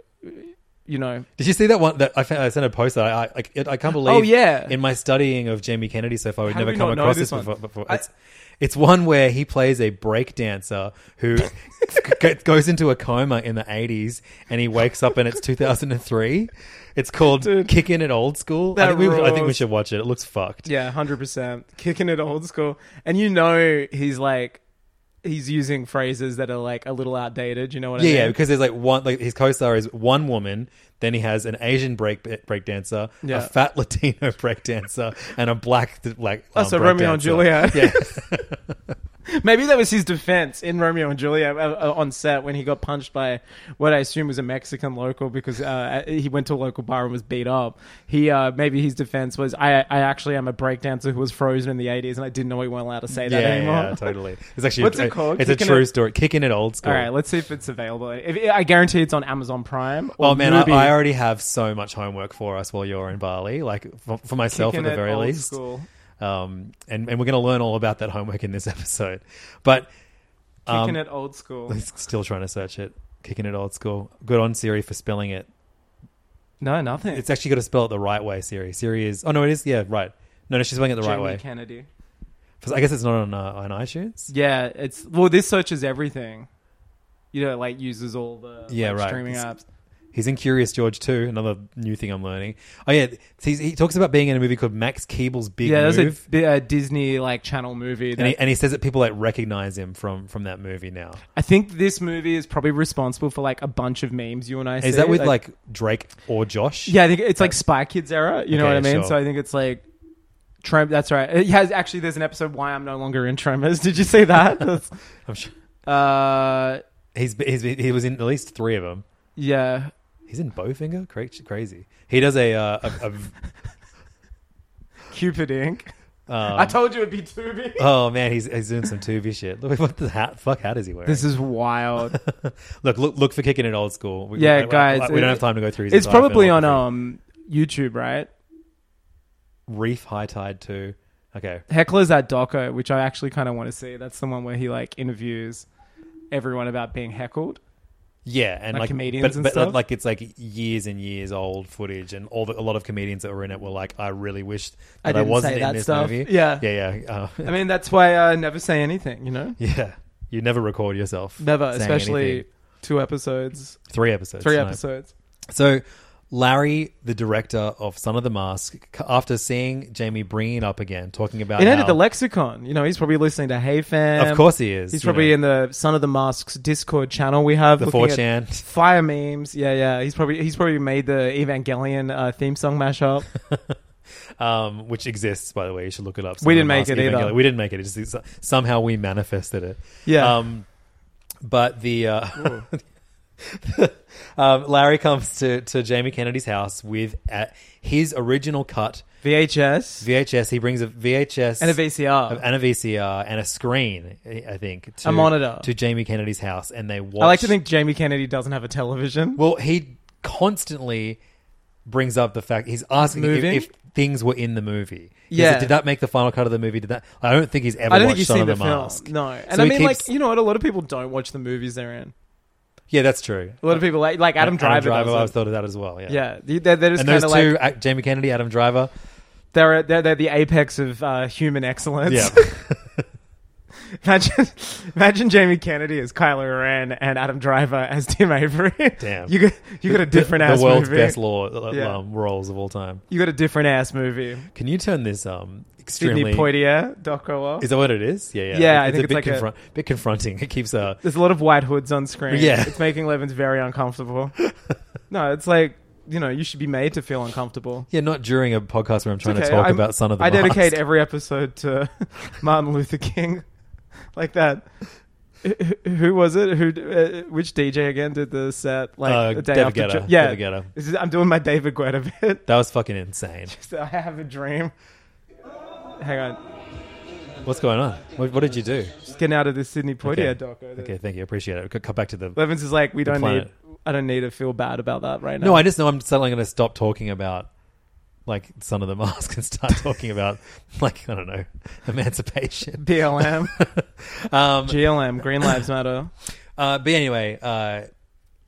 [SPEAKER 4] you know,
[SPEAKER 3] Did you see that one? That I, found, I sent a post that I I, I, I can't believe.
[SPEAKER 4] Oh, yeah.
[SPEAKER 3] In my studying of Jamie Kennedy so far, we've
[SPEAKER 4] How
[SPEAKER 3] never
[SPEAKER 4] did we
[SPEAKER 3] come
[SPEAKER 4] not know
[SPEAKER 3] across
[SPEAKER 4] this
[SPEAKER 3] this, before.
[SPEAKER 4] one?
[SPEAKER 3] before.
[SPEAKER 4] I-
[SPEAKER 3] It's it's one where he plays a break dancer who g- goes into a coma in the eighties and he wakes up and it's two thousand and three. It's called
[SPEAKER 4] Dude.
[SPEAKER 3] Kickin' It Old School. I
[SPEAKER 4] That
[SPEAKER 3] think, we, I think we
[SPEAKER 4] rules.
[SPEAKER 3] should watch it. It looks fucked.
[SPEAKER 4] Yeah, hundred percent. Kicking it old school, and you know he's like he's using phrases that are like a little outdated. You know what I
[SPEAKER 3] Yeah,
[SPEAKER 4] mean?
[SPEAKER 3] yeah, because there's like one, like his co-star is one woman. Then he has an Asian break break dancer,
[SPEAKER 4] Yeah.
[SPEAKER 3] a fat Latino break dancer, and a black like.
[SPEAKER 4] Oh,
[SPEAKER 3] um,
[SPEAKER 4] so
[SPEAKER 3] break
[SPEAKER 4] Romeo and
[SPEAKER 3] dancer.
[SPEAKER 4] Juliet.
[SPEAKER 3] Yeah,
[SPEAKER 4] Maybe that was his defense in Romeo and Juliet uh, uh, on set when he got punched by what I assume was a Mexican local because uh, he went to a local bar and was beat up. He uh, maybe his defense was I I actually am a breakdancer who was frozen in the eighties and I didn't know we weren't allowed to say that
[SPEAKER 3] yeah,
[SPEAKER 4] anymore.
[SPEAKER 3] yeah, totally. It's actually
[SPEAKER 4] What's
[SPEAKER 3] a,
[SPEAKER 4] it called?
[SPEAKER 3] It's
[SPEAKER 4] Kicking
[SPEAKER 3] a true
[SPEAKER 4] It-
[SPEAKER 3] story. Kicking it old school.
[SPEAKER 4] All right, let's see if it's available. If, I guarantee it's on Amazon Prime. Or
[SPEAKER 3] Oh man, I,
[SPEAKER 4] Mubi.
[SPEAKER 3] I already have so much homework for us while you're in Bali, like for, for myself
[SPEAKER 4] Kicking
[SPEAKER 3] at the
[SPEAKER 4] it
[SPEAKER 3] very
[SPEAKER 4] old
[SPEAKER 3] least.
[SPEAKER 4] school.
[SPEAKER 3] Um, and and we're going to learn all about that homework in this episode. But
[SPEAKER 4] Kicking
[SPEAKER 3] Um,
[SPEAKER 4] it old school.
[SPEAKER 3] I'm still trying to search it. Kicking it old school. Good on Siri for spelling it.
[SPEAKER 4] No, nothing.
[SPEAKER 3] It's actually got to spell it the right way, Siri. Siri is. Oh no, it is. Yeah, right. No, no, she's spelling it the right
[SPEAKER 4] Jamie
[SPEAKER 3] way.
[SPEAKER 4] Kennedy.
[SPEAKER 3] 'Cause I guess it's not on uh, on iTunes.
[SPEAKER 4] Yeah, it's well. This searches everything. You know, like uses all the
[SPEAKER 3] Yeah,
[SPEAKER 4] like,
[SPEAKER 3] right.
[SPEAKER 4] streaming apps.
[SPEAKER 3] It's- He's in Curious George too. Another new thing I'm learning. Oh yeah, he's, he talks about being in a movie called Max Keeble's Big
[SPEAKER 4] Yeah,
[SPEAKER 3] Move,
[SPEAKER 4] there's a, di- a Disney like channel movie. That,
[SPEAKER 3] and, he, and he says that people like recognize him from from that movie now.
[SPEAKER 4] I think this movie is probably responsible for like a bunch of memes you and I.
[SPEAKER 3] Is
[SPEAKER 4] see.
[SPEAKER 3] that with like, Drake or Josh?
[SPEAKER 4] Yeah, I think it's like Spy Kids era. You know
[SPEAKER 3] Okay,
[SPEAKER 4] what I mean?
[SPEAKER 3] sure.
[SPEAKER 4] So I think it's like. Trem- that's right. It has actually. There's an episode why I'm no longer in Tremors. Did you see that? That's-
[SPEAKER 3] I'm sure.
[SPEAKER 4] uh,
[SPEAKER 3] He's, he's he was in at least three of them.
[SPEAKER 4] yeah.
[SPEAKER 3] He's in Bowfinger. Cra- Crazy. He does a. Uh, a,
[SPEAKER 4] Cupid Inc.
[SPEAKER 3] a um,
[SPEAKER 4] I told you it'd be too big.
[SPEAKER 3] oh man, he's, he's doing some Tubi shit. Look what the hat, fuck hat is he wearing?
[SPEAKER 4] This is wild.
[SPEAKER 3] look, look, look for kicking it old school. We,
[SPEAKER 4] Yeah,
[SPEAKER 3] I- I-
[SPEAKER 4] guys,
[SPEAKER 3] I- we don't
[SPEAKER 4] it-
[SPEAKER 3] have time to go through. His
[SPEAKER 4] it's
[SPEAKER 3] entire
[SPEAKER 4] probably on
[SPEAKER 3] filmography.
[SPEAKER 4] um YouTube, right?
[SPEAKER 3] Reef High Tide Two. Okay,
[SPEAKER 4] Heckler's at Doco, which I actually kind of want to see. That's the one where he like interviews everyone about being heckled.
[SPEAKER 3] yeah, and
[SPEAKER 4] Like
[SPEAKER 3] like,
[SPEAKER 4] comedians
[SPEAKER 3] but,
[SPEAKER 4] and
[SPEAKER 3] but
[SPEAKER 4] stuff?
[SPEAKER 3] like it's like years and years old footage, and all the, a lot of comedians that were in it were like, I really wish
[SPEAKER 4] I
[SPEAKER 3] that I,
[SPEAKER 4] didn't
[SPEAKER 3] wasn't
[SPEAKER 4] say
[SPEAKER 3] in
[SPEAKER 4] that
[SPEAKER 3] this
[SPEAKER 4] stuff.
[SPEAKER 3] movie.
[SPEAKER 4] Yeah.
[SPEAKER 3] yeah, yeah. Uh,
[SPEAKER 4] I mean, that's why I never say anything, you know?
[SPEAKER 3] yeah, you never record yourself.
[SPEAKER 4] Never,
[SPEAKER 3] saying
[SPEAKER 4] especially
[SPEAKER 3] anything.
[SPEAKER 4] two episodes,
[SPEAKER 3] three episodes.
[SPEAKER 4] three
[SPEAKER 3] no.
[SPEAKER 4] episodes.
[SPEAKER 3] So. Larry, the director of Son of the Mask, c- after seeing Jamie bringing it up again, talking about
[SPEAKER 4] It ended
[SPEAKER 3] how-
[SPEAKER 4] the lexicon. You know, he's probably listening to Hey Fam.
[SPEAKER 3] Of course he is.
[SPEAKER 4] He's
[SPEAKER 3] you know.
[SPEAKER 4] probably in the Son of the Masks Discord channel we have.
[SPEAKER 3] The
[SPEAKER 4] looking at
[SPEAKER 3] 4chan.
[SPEAKER 4] Fire memes. Yeah, yeah. He's probably he's probably made the Evangelion uh, theme song mashup.
[SPEAKER 3] um, which exists, by the way. You should look it up.
[SPEAKER 4] We didn't
[SPEAKER 3] Someone
[SPEAKER 4] make
[SPEAKER 3] asked
[SPEAKER 4] it
[SPEAKER 3] Evangelion.
[SPEAKER 4] either.
[SPEAKER 3] We didn't make it. It's just, somehow we manifested it.
[SPEAKER 4] Yeah.
[SPEAKER 3] Um, but the uh, um, Larry comes to, to Jamie Kennedy's house with uh, his original cut
[SPEAKER 4] VHS
[SPEAKER 3] VHS. He brings a VHS
[SPEAKER 4] and a VCR.
[SPEAKER 3] and a VCR and a screen. I I think to,
[SPEAKER 4] A monitor.
[SPEAKER 3] to Jamie Kennedy's house, and they watch.
[SPEAKER 4] I like to think Jamie Kennedy doesn't have a television.
[SPEAKER 3] Well, he constantly brings up the fact he's asking if,
[SPEAKER 4] Moving?
[SPEAKER 3] if things were in the movie. He
[SPEAKER 4] Yeah.
[SPEAKER 3] said, did that make the final cut of the movie? Did that? I don't think he's ever
[SPEAKER 4] I don't
[SPEAKER 3] watched
[SPEAKER 4] think he's
[SPEAKER 3] Son
[SPEAKER 4] seen
[SPEAKER 3] of the,
[SPEAKER 4] the film.
[SPEAKER 3] Mask.
[SPEAKER 4] No, and
[SPEAKER 3] So
[SPEAKER 4] I
[SPEAKER 3] he
[SPEAKER 4] mean,
[SPEAKER 3] keeps-
[SPEAKER 4] like you know what? A lot of people don't watch the movies they're in.
[SPEAKER 3] Yeah, that's true.
[SPEAKER 4] A lot of people like like Adam
[SPEAKER 3] Uh,
[SPEAKER 4] Driver.
[SPEAKER 3] Driver I
[SPEAKER 4] does
[SPEAKER 3] always
[SPEAKER 4] it.
[SPEAKER 3] thought of that as well. Yeah.
[SPEAKER 4] yeah, they- they're, they're just
[SPEAKER 3] And
[SPEAKER 4] kind
[SPEAKER 3] those
[SPEAKER 4] of
[SPEAKER 3] two,
[SPEAKER 4] like
[SPEAKER 3] Ac- Jamie Kennedy, Adam Driver.
[SPEAKER 4] they're, they're they're the apex of uh, human excellence.
[SPEAKER 3] Yeah.
[SPEAKER 4] imagine imagine Jamie Kennedy as Kylo Ren and Adam Driver as Tim Avery.
[SPEAKER 3] Damn.
[SPEAKER 4] you got you got a different
[SPEAKER 3] the,
[SPEAKER 4] ass
[SPEAKER 3] the world's
[SPEAKER 4] movie.
[SPEAKER 3] best law, uh,
[SPEAKER 4] Yeah.
[SPEAKER 3] um, roles of all time.
[SPEAKER 4] You got a different ass movie.
[SPEAKER 3] Can you turn this um
[SPEAKER 4] Sydney
[SPEAKER 3] extremely
[SPEAKER 4] Poitier, Doc Ock.
[SPEAKER 3] Is that what it is? Yeah, yeah.
[SPEAKER 4] Yeah, I
[SPEAKER 3] it's
[SPEAKER 4] think
[SPEAKER 3] a
[SPEAKER 4] it's
[SPEAKER 3] bit,
[SPEAKER 4] like a-
[SPEAKER 3] confront- bit confronting. It keeps uh
[SPEAKER 4] There's a lot of white hoods on screen.
[SPEAKER 3] Yeah.
[SPEAKER 4] It's making Levins very uncomfortable. no, it's like, you know, you should be made to feel uncomfortable.
[SPEAKER 3] yeah, not during a podcast where I'm trying
[SPEAKER 4] Okay,
[SPEAKER 3] to talk
[SPEAKER 4] I'm-
[SPEAKER 3] about Son of the
[SPEAKER 4] I dedicate
[SPEAKER 3] Mask.
[SPEAKER 4] every episode to Martin Luther King. like that. Who- Who was it? Who? Uh, which DJ again did the set? Like
[SPEAKER 3] Uh,
[SPEAKER 4] the day
[SPEAKER 3] David
[SPEAKER 4] after?
[SPEAKER 3] Guetta.
[SPEAKER 4] Ju- yeah,
[SPEAKER 3] David Guetta.
[SPEAKER 4] This is- I'm doing my David Guetta bit.
[SPEAKER 3] That was fucking insane.
[SPEAKER 4] So I have a dream. Hang on,
[SPEAKER 3] What's going on? What, what did you do?
[SPEAKER 4] just getting out of this Sydney Poitier
[SPEAKER 3] Okay.
[SPEAKER 4] doco.
[SPEAKER 3] Okay, thank you. Appreciate it. C- Cut back to the.
[SPEAKER 4] Levins is like, we don't need.
[SPEAKER 3] planet.
[SPEAKER 4] I don't need to feel bad about that right now.
[SPEAKER 3] No, I just know I'm suddenly going to stop talking about like Son of the Mask and start talking about like I don't know emancipation.
[SPEAKER 4] BLM,
[SPEAKER 3] Um,
[SPEAKER 4] GLM, Green Lives Matter.
[SPEAKER 3] Uh, but anyway, uh,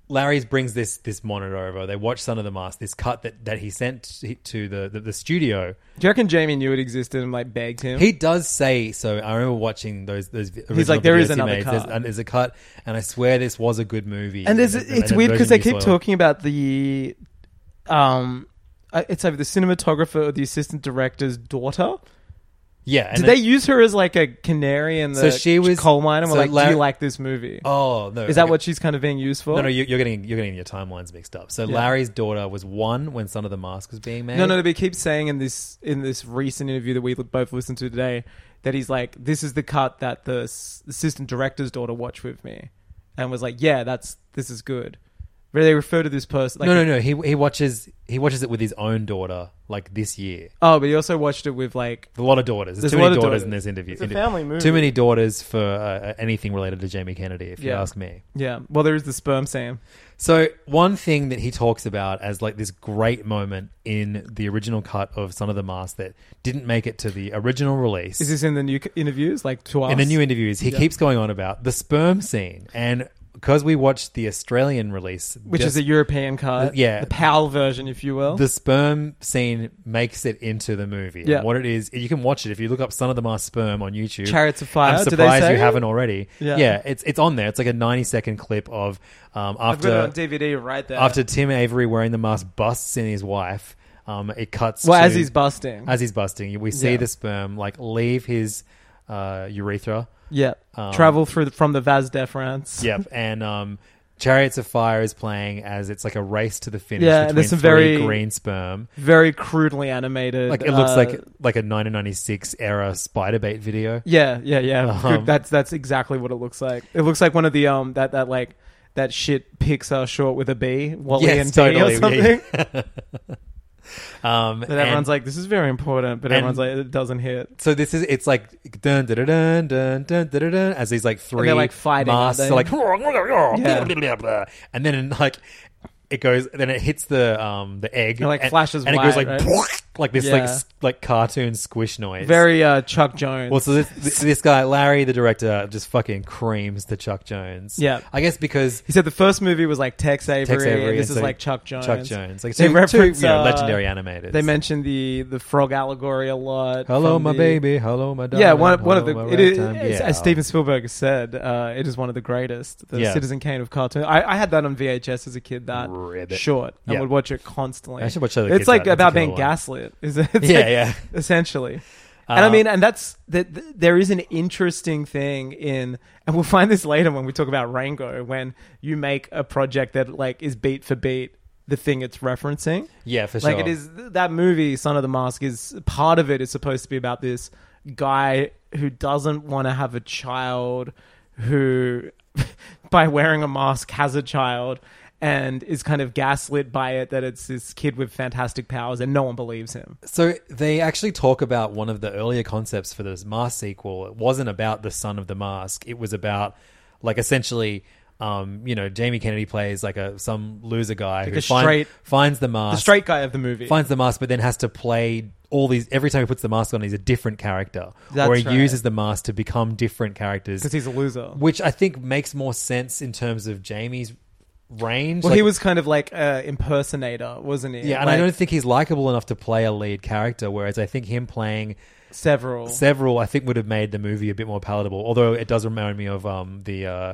[SPEAKER 3] Larry's brings this this monitor over. They watch Son of the Mask, this cut that, that he sent t- to the, the, the studio.
[SPEAKER 4] Do you reckon Jamie knew it existed and like begged him?
[SPEAKER 3] He does say so. I remember watching those those. vi- original
[SPEAKER 4] like, "There is
[SPEAKER 3] videos he
[SPEAKER 4] another
[SPEAKER 3] made.
[SPEAKER 4] cut."
[SPEAKER 3] There's, and there's a cut, and I swear this was a good movie.
[SPEAKER 4] and there's
[SPEAKER 3] then-
[SPEAKER 4] it's
[SPEAKER 3] then
[SPEAKER 4] weird because they
[SPEAKER 3] version
[SPEAKER 4] keep
[SPEAKER 3] you saw-
[SPEAKER 4] talking about the, um, uh, it's either the cinematographer or the assistant director's daughter.
[SPEAKER 3] Yeah, and
[SPEAKER 4] Did they
[SPEAKER 3] then-
[SPEAKER 4] use her as like a canary in
[SPEAKER 3] So
[SPEAKER 4] the
[SPEAKER 3] she was-
[SPEAKER 4] coal mine and were
[SPEAKER 3] so
[SPEAKER 4] like, do
[SPEAKER 3] Larry-
[SPEAKER 4] you like this movie?
[SPEAKER 3] Oh no,
[SPEAKER 4] Is that
[SPEAKER 3] okay.
[SPEAKER 4] what she's kind of being used for?
[SPEAKER 3] No, no, you, you're getting you're getting your timelines mixed up. So
[SPEAKER 4] Yeah.
[SPEAKER 3] Larry's daughter was one when Son of the Mask was being made.
[SPEAKER 4] No, no, no, but he keeps saying in this in this recent interview that we both listened to today that he's like, this is the cut that the s- assistant director's daughter watched with me, and was like, yeah, that's this is good. Where they refer to this person, like,
[SPEAKER 3] no, no, no. He he watches he watches it with his own daughter like this year.
[SPEAKER 4] Oh, but he also watched it with like,
[SPEAKER 3] A lot of daughters. There's,
[SPEAKER 4] There's a
[SPEAKER 3] too many
[SPEAKER 4] lot of
[SPEAKER 3] daughters,
[SPEAKER 4] daughters.
[SPEAKER 3] in this interview.
[SPEAKER 4] It's a family movie.
[SPEAKER 3] Too many daughters for uh, anything related to Jamie Kennedy, if you
[SPEAKER 4] Yeah.
[SPEAKER 3] ask me.
[SPEAKER 4] yeah. Well, there is the sperm Sam.
[SPEAKER 3] So one thing that he talks about as like this great moment in the original cut of Son of the Mask that didn't make it to the original release.
[SPEAKER 4] Is this in the new c- interviews, like to us?
[SPEAKER 3] in the new interviews, he keeps going on about the sperm scene, and because we watched the Australian release,
[SPEAKER 4] which
[SPEAKER 3] just
[SPEAKER 4] is a European
[SPEAKER 3] The-
[SPEAKER 4] cut,
[SPEAKER 3] Uh, yeah.
[SPEAKER 4] the PAL version, if you will.
[SPEAKER 3] the sperm scene makes it into the movie. And
[SPEAKER 4] Yeah.
[SPEAKER 3] what it is, you can watch it if you look up "Son of the Mask sperm" on YouTube.
[SPEAKER 4] Chariots of Fire,
[SPEAKER 3] I'm
[SPEAKER 4] do they
[SPEAKER 3] surprised
[SPEAKER 4] say
[SPEAKER 3] you
[SPEAKER 4] it?
[SPEAKER 3] haven't already.
[SPEAKER 4] Yeah.
[SPEAKER 3] Yeah. it's it's on there. It's like a 90 second clip of um,
[SPEAKER 4] I've
[SPEAKER 3] after
[SPEAKER 4] got it on DVD right there.
[SPEAKER 3] after Tim Avery wearing the mask busts in his wife. Um, it cuts.
[SPEAKER 4] well,
[SPEAKER 3] to-
[SPEAKER 4] as he's busting,
[SPEAKER 3] as he's busting, we see
[SPEAKER 4] Yeah.
[SPEAKER 3] the sperm like leave his uh, urethra.
[SPEAKER 4] yeah,
[SPEAKER 3] Um,
[SPEAKER 4] travel through the, from the Vaz de France.
[SPEAKER 3] Yep, and um, Chariots of Fire is playing as it's like a race to the finish.
[SPEAKER 4] Yeah,
[SPEAKER 3] between
[SPEAKER 4] there's some
[SPEAKER 3] three
[SPEAKER 4] very-
[SPEAKER 3] green sperm.
[SPEAKER 4] very crudely animated.
[SPEAKER 3] Like it looks
[SPEAKER 4] uh,
[SPEAKER 3] like like a 1996 era spider bait video.
[SPEAKER 4] yeah, yeah, yeah.
[SPEAKER 3] Uh-huh.
[SPEAKER 4] That's that's exactly what it looks like. It looks like one of the um that that like that shit Pixar short with a B, Wally
[SPEAKER 3] Yes,
[SPEAKER 4] and B
[SPEAKER 3] totally,
[SPEAKER 4] or
[SPEAKER 3] yeah,
[SPEAKER 4] something.
[SPEAKER 3] Um,
[SPEAKER 4] That everyone's like, this is very important, but
[SPEAKER 3] and-
[SPEAKER 4] everyone's like, it doesn't hit.
[SPEAKER 3] so this is it's like dun dun dun dun dun dun dun, dun as these like three
[SPEAKER 4] like, fighting, aren't
[SPEAKER 3] masks
[SPEAKER 4] they?
[SPEAKER 3] are like and then like it goes then it hits the um the egg
[SPEAKER 4] It, like,
[SPEAKER 3] and,
[SPEAKER 4] flashes
[SPEAKER 3] and it goes
[SPEAKER 4] white,
[SPEAKER 3] like
[SPEAKER 4] right?
[SPEAKER 3] like this
[SPEAKER 4] Yeah.
[SPEAKER 3] like s- like cartoon squish noise
[SPEAKER 4] Very uh, Chuck Jones.
[SPEAKER 3] Well, so this- this, this guy Larry, the director, just fucking creams the Chuck Jones.
[SPEAKER 4] Yeah.
[SPEAKER 3] I guess because
[SPEAKER 4] he said the first movie was like Tex Avery,
[SPEAKER 3] Tex Avery,
[SPEAKER 4] and this
[SPEAKER 3] and
[SPEAKER 4] is
[SPEAKER 3] so
[SPEAKER 4] like Chuck Jones.
[SPEAKER 3] Chuck Jones, like
[SPEAKER 4] They
[SPEAKER 3] two, two
[SPEAKER 4] reference,
[SPEAKER 3] you know,
[SPEAKER 4] uh,
[SPEAKER 3] legendary animators.
[SPEAKER 4] They mentioned the the frog allegory a lot.
[SPEAKER 3] "Hello,
[SPEAKER 4] from
[SPEAKER 3] my
[SPEAKER 4] the-
[SPEAKER 3] baby, hello, my darling."
[SPEAKER 4] Yeah, one, one of the
[SPEAKER 3] hello, my
[SPEAKER 4] it is,
[SPEAKER 3] ragtime
[SPEAKER 4] it's-
[SPEAKER 3] gal."
[SPEAKER 4] as Steven Spielberg has said, uh, it is one of the greatest. The
[SPEAKER 3] Yeah.
[SPEAKER 4] Citizen Kane of cartoon. I, I had that on VHS as a kid. That
[SPEAKER 3] Ribbit.
[SPEAKER 4] short, and
[SPEAKER 3] Yeah.
[SPEAKER 4] would watch it constantly.
[SPEAKER 3] I should watch that with
[SPEAKER 4] It's
[SPEAKER 3] kids,
[SPEAKER 4] like
[SPEAKER 3] that- that's a
[SPEAKER 4] about
[SPEAKER 3] killer
[SPEAKER 4] being
[SPEAKER 3] one.
[SPEAKER 4] gaslit. Is it? It's
[SPEAKER 3] Yeah,
[SPEAKER 4] like-
[SPEAKER 3] yeah.
[SPEAKER 4] Essentially. And I
[SPEAKER 3] Uh,
[SPEAKER 4] mean, and that's that. th- There is an interesting thing in, and we'll find this later when we talk about Rango. When you make a project that like is beat for beat the thing it's referencing,
[SPEAKER 3] Yeah, for
[SPEAKER 4] like
[SPEAKER 3] sure.
[SPEAKER 4] it is that movie, Son of the Mask, is part of it is supposed to be about this guy who doesn't want to have a child who, by wearing a mask, has a child and is kind of gaslit by it that it's this kid with fantastic powers and no one believes him.
[SPEAKER 3] So they actually talk about one of the earlier concepts for this Mask sequel. It wasn't about the son of the mask. It was about like essentially, um, you know, Jamie Kennedy plays like a some loser guy who
[SPEAKER 4] a
[SPEAKER 3] find-
[SPEAKER 4] straight-
[SPEAKER 3] finds the
[SPEAKER 4] The
[SPEAKER 3] mask,
[SPEAKER 4] straight guy of the movie.
[SPEAKER 3] finds the mask, but then has to play all these. Every time he puts the mask on, he's a different character,
[SPEAKER 4] That's
[SPEAKER 3] or he
[SPEAKER 4] right.
[SPEAKER 3] uses the mask to become different characters.
[SPEAKER 4] Because he's a loser.
[SPEAKER 3] which I think makes more sense in terms of Jamie's range.
[SPEAKER 4] Well,
[SPEAKER 3] like-
[SPEAKER 4] he was kind of like an impersonator, wasn't he?
[SPEAKER 3] yeah, and I
[SPEAKER 4] Like,
[SPEAKER 3] don't think he's likable enough to play a lead character. Whereas I think him playing
[SPEAKER 4] several.
[SPEAKER 3] several, I think would have made the movie a bit more palatable. Although it does remind me of um the uh,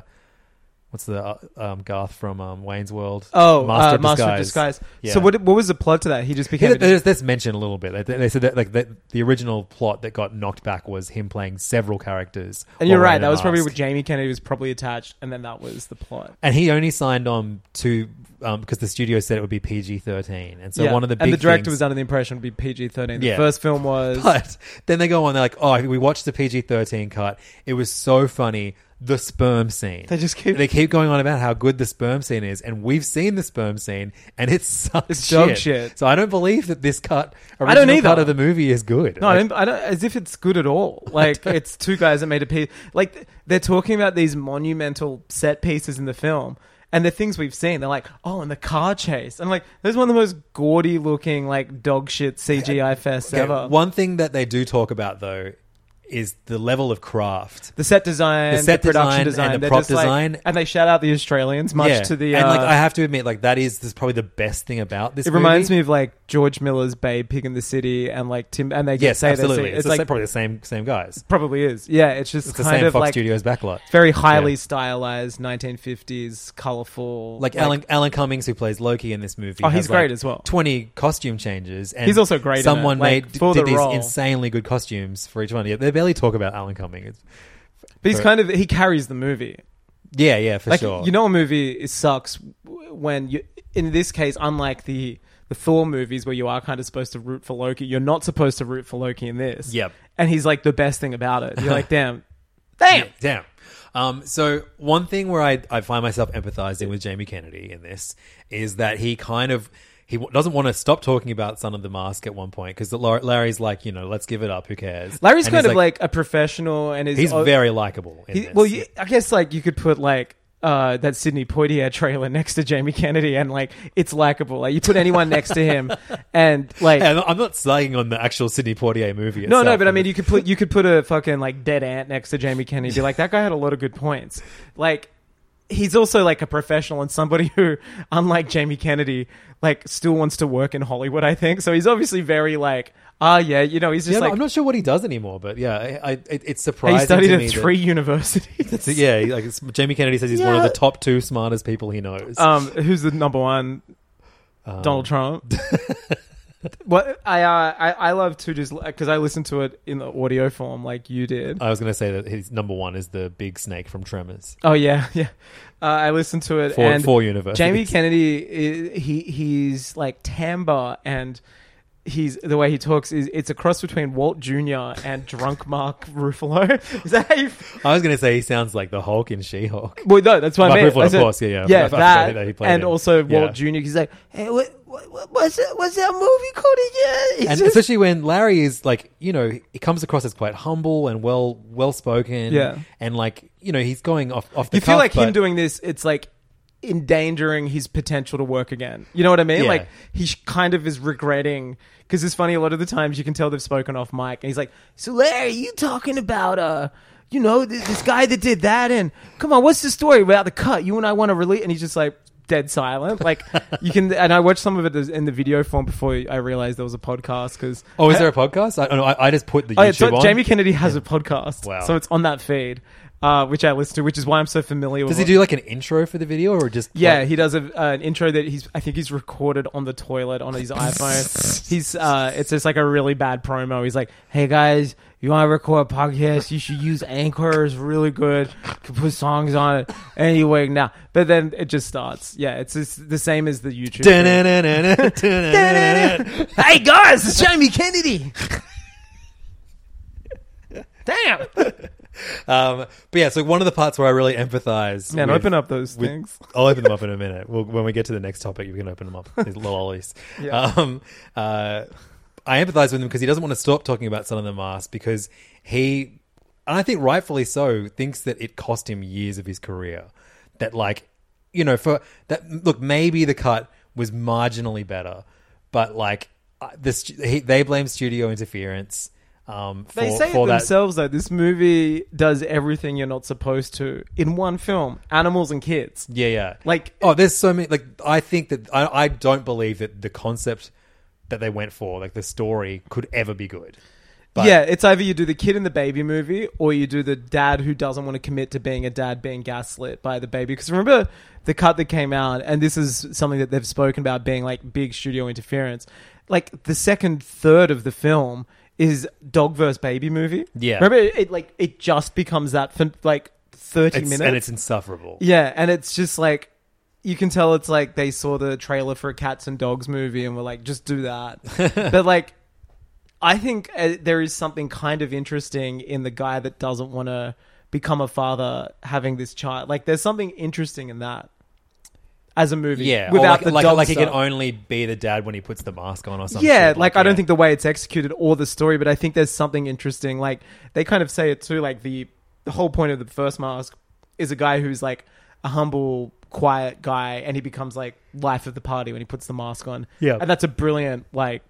[SPEAKER 3] what's the uh, um, Garth from um, Wayne's World?
[SPEAKER 4] oh, Master, uh, Master of Disguise.
[SPEAKER 3] Yeah.
[SPEAKER 4] So what? What was the plot to that? He just became.
[SPEAKER 3] Yeah,
[SPEAKER 4] a-
[SPEAKER 3] there's, there's mention a little bit. They, they said that like the, the original plot that got knocked back was him playing several characters.
[SPEAKER 4] and you're
[SPEAKER 3] while
[SPEAKER 4] right.
[SPEAKER 3] wearing
[SPEAKER 4] That
[SPEAKER 3] a
[SPEAKER 4] was probably
[SPEAKER 3] mask.
[SPEAKER 4] what Jamie Kennedy was probably attached, and then that was the plot.
[SPEAKER 3] And he only signed on to um, because the studio said it would be PG thirteen, and so
[SPEAKER 4] Yeah.
[SPEAKER 3] one of the big
[SPEAKER 4] and the director was
[SPEAKER 3] things-
[SPEAKER 4] under the impression it would be PG-13. The
[SPEAKER 3] Yeah.
[SPEAKER 4] first film was.
[SPEAKER 3] But then they go on. They're like, "Oh, we watched the PG thirteen cut. It was so funny. The sperm scene.
[SPEAKER 4] They just keep-
[SPEAKER 3] they keep going on about how good the sperm scene is, and we've seen the sperm scene, and it's such
[SPEAKER 4] It's
[SPEAKER 3] shit.
[SPEAKER 4] dog shit.
[SPEAKER 3] So I don't believe that this cut.
[SPEAKER 4] I don't
[SPEAKER 3] original
[SPEAKER 4] either.
[SPEAKER 3] Cut of the movie is good.
[SPEAKER 4] No,
[SPEAKER 3] Like,
[SPEAKER 4] I, don't, I don't. As if it's good at all. Like it's two guys that made a piece. Like they're talking about these monumental set pieces in the film, and the things we've seen. They're like, oh, and the car chase. And like, there's one of the most gaudy looking like dog shit CGI fest
[SPEAKER 3] Okay,
[SPEAKER 4] ever.
[SPEAKER 3] One thing that they do talk about though is the level of craft.
[SPEAKER 4] the set design,
[SPEAKER 3] The
[SPEAKER 4] the,
[SPEAKER 3] set
[SPEAKER 4] production
[SPEAKER 3] design
[SPEAKER 4] design,
[SPEAKER 3] and the
[SPEAKER 4] they're
[SPEAKER 3] prop
[SPEAKER 4] just, like-
[SPEAKER 3] design.
[SPEAKER 4] and they shout out the Australians, much to the.
[SPEAKER 3] and like
[SPEAKER 4] uh,
[SPEAKER 3] I have to admit, like that is, this is probably the best thing about this.
[SPEAKER 4] it reminds me of like George Miller's Babe, Pig in the City, and like Tim, and they get
[SPEAKER 3] yes,
[SPEAKER 4] say this-
[SPEAKER 3] absolutely. It's,
[SPEAKER 4] It's
[SPEAKER 3] the
[SPEAKER 4] like
[SPEAKER 3] sa- probably the same same guys.
[SPEAKER 4] probably is. Yeah, it's just
[SPEAKER 3] It's the
[SPEAKER 4] kind
[SPEAKER 3] same
[SPEAKER 4] of
[SPEAKER 3] Fox
[SPEAKER 4] like
[SPEAKER 3] Studios backlot.
[SPEAKER 4] very highly
[SPEAKER 3] Yeah.
[SPEAKER 4] stylized 1950s colorful
[SPEAKER 3] Like, Alan Alan Cummings, who plays Loki in this movie.
[SPEAKER 4] Oh,
[SPEAKER 3] has,
[SPEAKER 4] he's great
[SPEAKER 3] like,
[SPEAKER 4] as well.
[SPEAKER 3] Twenty costume changes, and
[SPEAKER 4] He's also great in it,
[SPEAKER 3] Someone
[SPEAKER 4] like,
[SPEAKER 3] made
[SPEAKER 4] for
[SPEAKER 3] did
[SPEAKER 4] the
[SPEAKER 3] these
[SPEAKER 4] role.
[SPEAKER 3] insanely good costumes for each one. Yeah, they barely talk about Alan Cummings. It's-
[SPEAKER 4] but he's kind of he carries the movie
[SPEAKER 3] Yeah, yeah, for
[SPEAKER 4] like
[SPEAKER 3] sure.
[SPEAKER 4] you know a movie is sucks w- when you in this case unlike the the Thor movies where you are kind of supposed to root for Loki you're not supposed to root for Loki in this
[SPEAKER 3] Yep.
[SPEAKER 4] and he's like the best thing about it you're like damn damn
[SPEAKER 3] Damn. Um, so one thing where I, I find myself empathizing with Jamie Kennedy in this is that he kind of he w- doesn't want to stop talking about Son of the Mask at one point because Larry's like you know let's give it up who cares
[SPEAKER 4] Larry's
[SPEAKER 3] And
[SPEAKER 4] kind
[SPEAKER 3] he's
[SPEAKER 4] of like, a professional and is
[SPEAKER 3] he's
[SPEAKER 4] oh,
[SPEAKER 3] very likable in
[SPEAKER 4] he-
[SPEAKER 3] this.
[SPEAKER 4] well you, I guess like you could put like uh, that Sydney Poitier trailer next to Jamie Kennedy, and like it's likable. Like you put anyone next to him, and like
[SPEAKER 3] Hey, I'm not- I'm not slagging on the actual Sydney Portier movie.
[SPEAKER 4] No,
[SPEAKER 3] itself.
[SPEAKER 4] no, but I mean, you could put you could put a fucking like dead ant next to Jamie Kennedy. and Be like, that guy had a lot of good points. Like, he's also like a professional and somebody who, unlike Jamie Kennedy, like still wants to work in Hollywood. I think so. He's obviously very like, ah, yeah, you know, he's
[SPEAKER 3] Yeah,
[SPEAKER 4] just
[SPEAKER 3] no,
[SPEAKER 4] like
[SPEAKER 3] I'm not sure what he does anymore. But yeah, I, I, it, it's surprising.
[SPEAKER 4] he studied
[SPEAKER 3] to me
[SPEAKER 4] at three
[SPEAKER 3] That,
[SPEAKER 4] universities.
[SPEAKER 3] so yeah, like it's- Jamie Kennedy says he's one of
[SPEAKER 4] Yeah.
[SPEAKER 3] the top two smartest people he knows.
[SPEAKER 4] Um, who's the number one? Donald Trump. what I, uh, I I love to just because I listened to it in the audio form like you did.
[SPEAKER 3] I was going to say that his number one is the big snake from Tremors.
[SPEAKER 4] Oh yeah, yeah. Uh, I listened to it.
[SPEAKER 3] Four-
[SPEAKER 4] and
[SPEAKER 3] four universities.
[SPEAKER 4] Jamie Kennedy, i- he he's like timbre and he's the way he talks is it's a cross between Walt Junior and drunk Mark Ruffalo. is that how you?
[SPEAKER 3] I was going to say he sounds like the Hulk in She-Hulk.
[SPEAKER 4] Well, no, that's what
[SPEAKER 3] Mark
[SPEAKER 4] I mean.
[SPEAKER 3] Ruffalo,
[SPEAKER 4] I
[SPEAKER 3] of course, yeah, yeah. I- I forgot
[SPEAKER 4] that,
[SPEAKER 3] that he played
[SPEAKER 4] and
[SPEAKER 3] him.
[SPEAKER 4] also
[SPEAKER 3] Yeah.
[SPEAKER 4] Walt Junior. He's like, hey, what, what, what- what's that, what's that movie called again? It's
[SPEAKER 3] And
[SPEAKER 4] just-
[SPEAKER 3] especially when Larry is like, you know, he comes across as quite humble and well, well spoken.
[SPEAKER 4] Yeah.
[SPEAKER 3] and like, you know, he's going off off the.
[SPEAKER 4] you feel
[SPEAKER 3] cuff,
[SPEAKER 4] like him
[SPEAKER 3] but-
[SPEAKER 4] doing this it's like endangering his potential to work again you know what i mean
[SPEAKER 3] Yeah.
[SPEAKER 4] like he sh- kind of is regretting because it's funny a lot of the times you can tell they've spoken off mic and he's like so larry you talking about uh you know th- this guy that did that and come on what's the story about the cut you and i want to release and he's just like dead silent like you can and i watched some of it as- in the video form before i realized there was a podcast because
[SPEAKER 3] Oh, is there a podcast? I don't know. I, I just put the
[SPEAKER 4] Oh, yeah,
[SPEAKER 3] YouTube
[SPEAKER 4] so
[SPEAKER 3] on.
[SPEAKER 4] jamie kennedy has a podcast
[SPEAKER 3] Wow.
[SPEAKER 4] so it's on that feed uh, which i listen to which is why i'm so familiar
[SPEAKER 3] Does
[SPEAKER 4] with
[SPEAKER 3] he
[SPEAKER 4] it.
[SPEAKER 3] do like an intro for the video or just
[SPEAKER 4] Yeah,
[SPEAKER 3] like-
[SPEAKER 4] he does a, uh, an intro that he's. I think he's recorded on the toilet on his iPhone. He's. Uh, it's just like a really bad promo. He's like, "Hey guys, you want to record a podcast? You should use Anchor. It's really good. Can put songs on it. Anyway, now, but then it just starts. Yeah, it's just the same as the YouTube. hey guys, it's Jamie Kennedy. Damn,
[SPEAKER 3] Um, but yeah, so one of the parts where I really empathize.
[SPEAKER 4] man,
[SPEAKER 3] with-
[SPEAKER 4] open up those
[SPEAKER 3] with-
[SPEAKER 4] things.
[SPEAKER 3] I'll open them up in a minute. We'll, when we get to the next topic, we can open them up. These lollies. Um, uh, I empathize with him because he doesn't want to stop talking about Son of the Mask because he, and I think rightfully so, thinks that it cost him years of his career. That like, you know, for that look, maybe the cut was marginally better, but like uh, this, he, they blame studio interference. Um, for,
[SPEAKER 4] They say
[SPEAKER 3] for
[SPEAKER 4] it
[SPEAKER 3] that-
[SPEAKER 4] themselves though. This movie does everything you're not supposed to in one film: animals and kids.
[SPEAKER 3] Yeah, yeah.
[SPEAKER 4] Like-
[SPEAKER 3] oh, there's so many. Like, I think that I, I don't believe that the concept that they went for, like the story, could ever be good. But-
[SPEAKER 4] yeah, it's either you do the kid and the baby movie, or you do the dad who doesn't want to commit to being a dad being gaslit by the baby. Because remember the cut that came out, and this is something that they've spoken about being like big studio interference. Like the second third of the film is dog versus baby movie.
[SPEAKER 3] Yeah.
[SPEAKER 4] remember it, it like it just becomes that for like thirty
[SPEAKER 3] It's,
[SPEAKER 4] minutes,
[SPEAKER 3] and it's insufferable.
[SPEAKER 4] yeah, and it's just like you can tell it's like they saw the trailer for a cats and dogs movie and were like, just do that. but like, I think uh, there is something kind of interesting in the guy that doesn't want to become a father having this child. Like, there's something interesting in that as a movie.
[SPEAKER 3] Yeah, or
[SPEAKER 4] without
[SPEAKER 3] like,
[SPEAKER 4] the
[SPEAKER 3] like,
[SPEAKER 4] dog
[SPEAKER 3] like he can
[SPEAKER 4] stuff.
[SPEAKER 3] only be the dad when he puts the mask on or something.
[SPEAKER 4] Yeah, like, I don't think the way it's executed or the story, but I think there's something interesting. Like they kind of say it too. Like the the whole point of the first mask is a guy who's like a humble, quiet guy, and he becomes like life of the party when he puts the mask on.
[SPEAKER 3] Yeah.
[SPEAKER 4] and that's a brilliant like.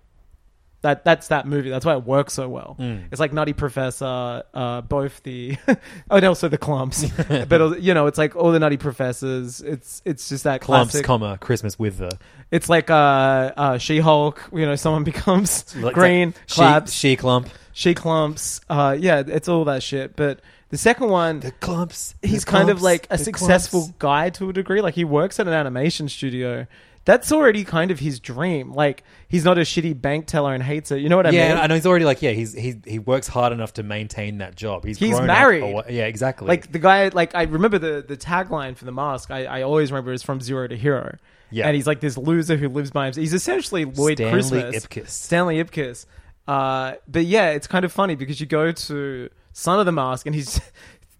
[SPEAKER 4] That, that's that movie. That's why it works so well. It's like Nutty Professor, uh, both the oh, and also the clumps. but uh, you know, it's like all the Nutty Professors. It's it's just that
[SPEAKER 3] clumps,
[SPEAKER 4] classic.
[SPEAKER 3] comma Christmas with the
[SPEAKER 4] It's like uh, uh, She Hulk. You know, someone becomes
[SPEAKER 3] like-
[SPEAKER 4] green,
[SPEAKER 3] like, she-
[SPEAKER 4] claps, she,
[SPEAKER 3] she clump,
[SPEAKER 4] clumps. Uh, yeah, it's all that shit. But the second one,
[SPEAKER 3] the clumps.
[SPEAKER 4] he's kind of like a successful guy to a degree. Like he works at an animation studio. That's already kind of his dream. Like he's not a shitty bank teller and hates it. You know what I
[SPEAKER 3] yeah,
[SPEAKER 4] mean?
[SPEAKER 3] and I know he's already like yeah. He's he he works hard enough to maintain that job. He's
[SPEAKER 4] He's
[SPEAKER 3] grown up
[SPEAKER 4] married.
[SPEAKER 3] or what- yeah, exactly.
[SPEAKER 4] Like the guy, like I remember the the tagline for the mask. I, I always remember is from zero to hero.
[SPEAKER 3] Yeah.
[SPEAKER 4] and he's like this loser who lives by himself. He's essentially Lloyd
[SPEAKER 3] Stanley
[SPEAKER 4] Christmas,
[SPEAKER 3] Ipkiss.
[SPEAKER 4] Stanley Ipkiss. Uh, but yeah, it's kind of funny because you go to Son of the Mask, and he's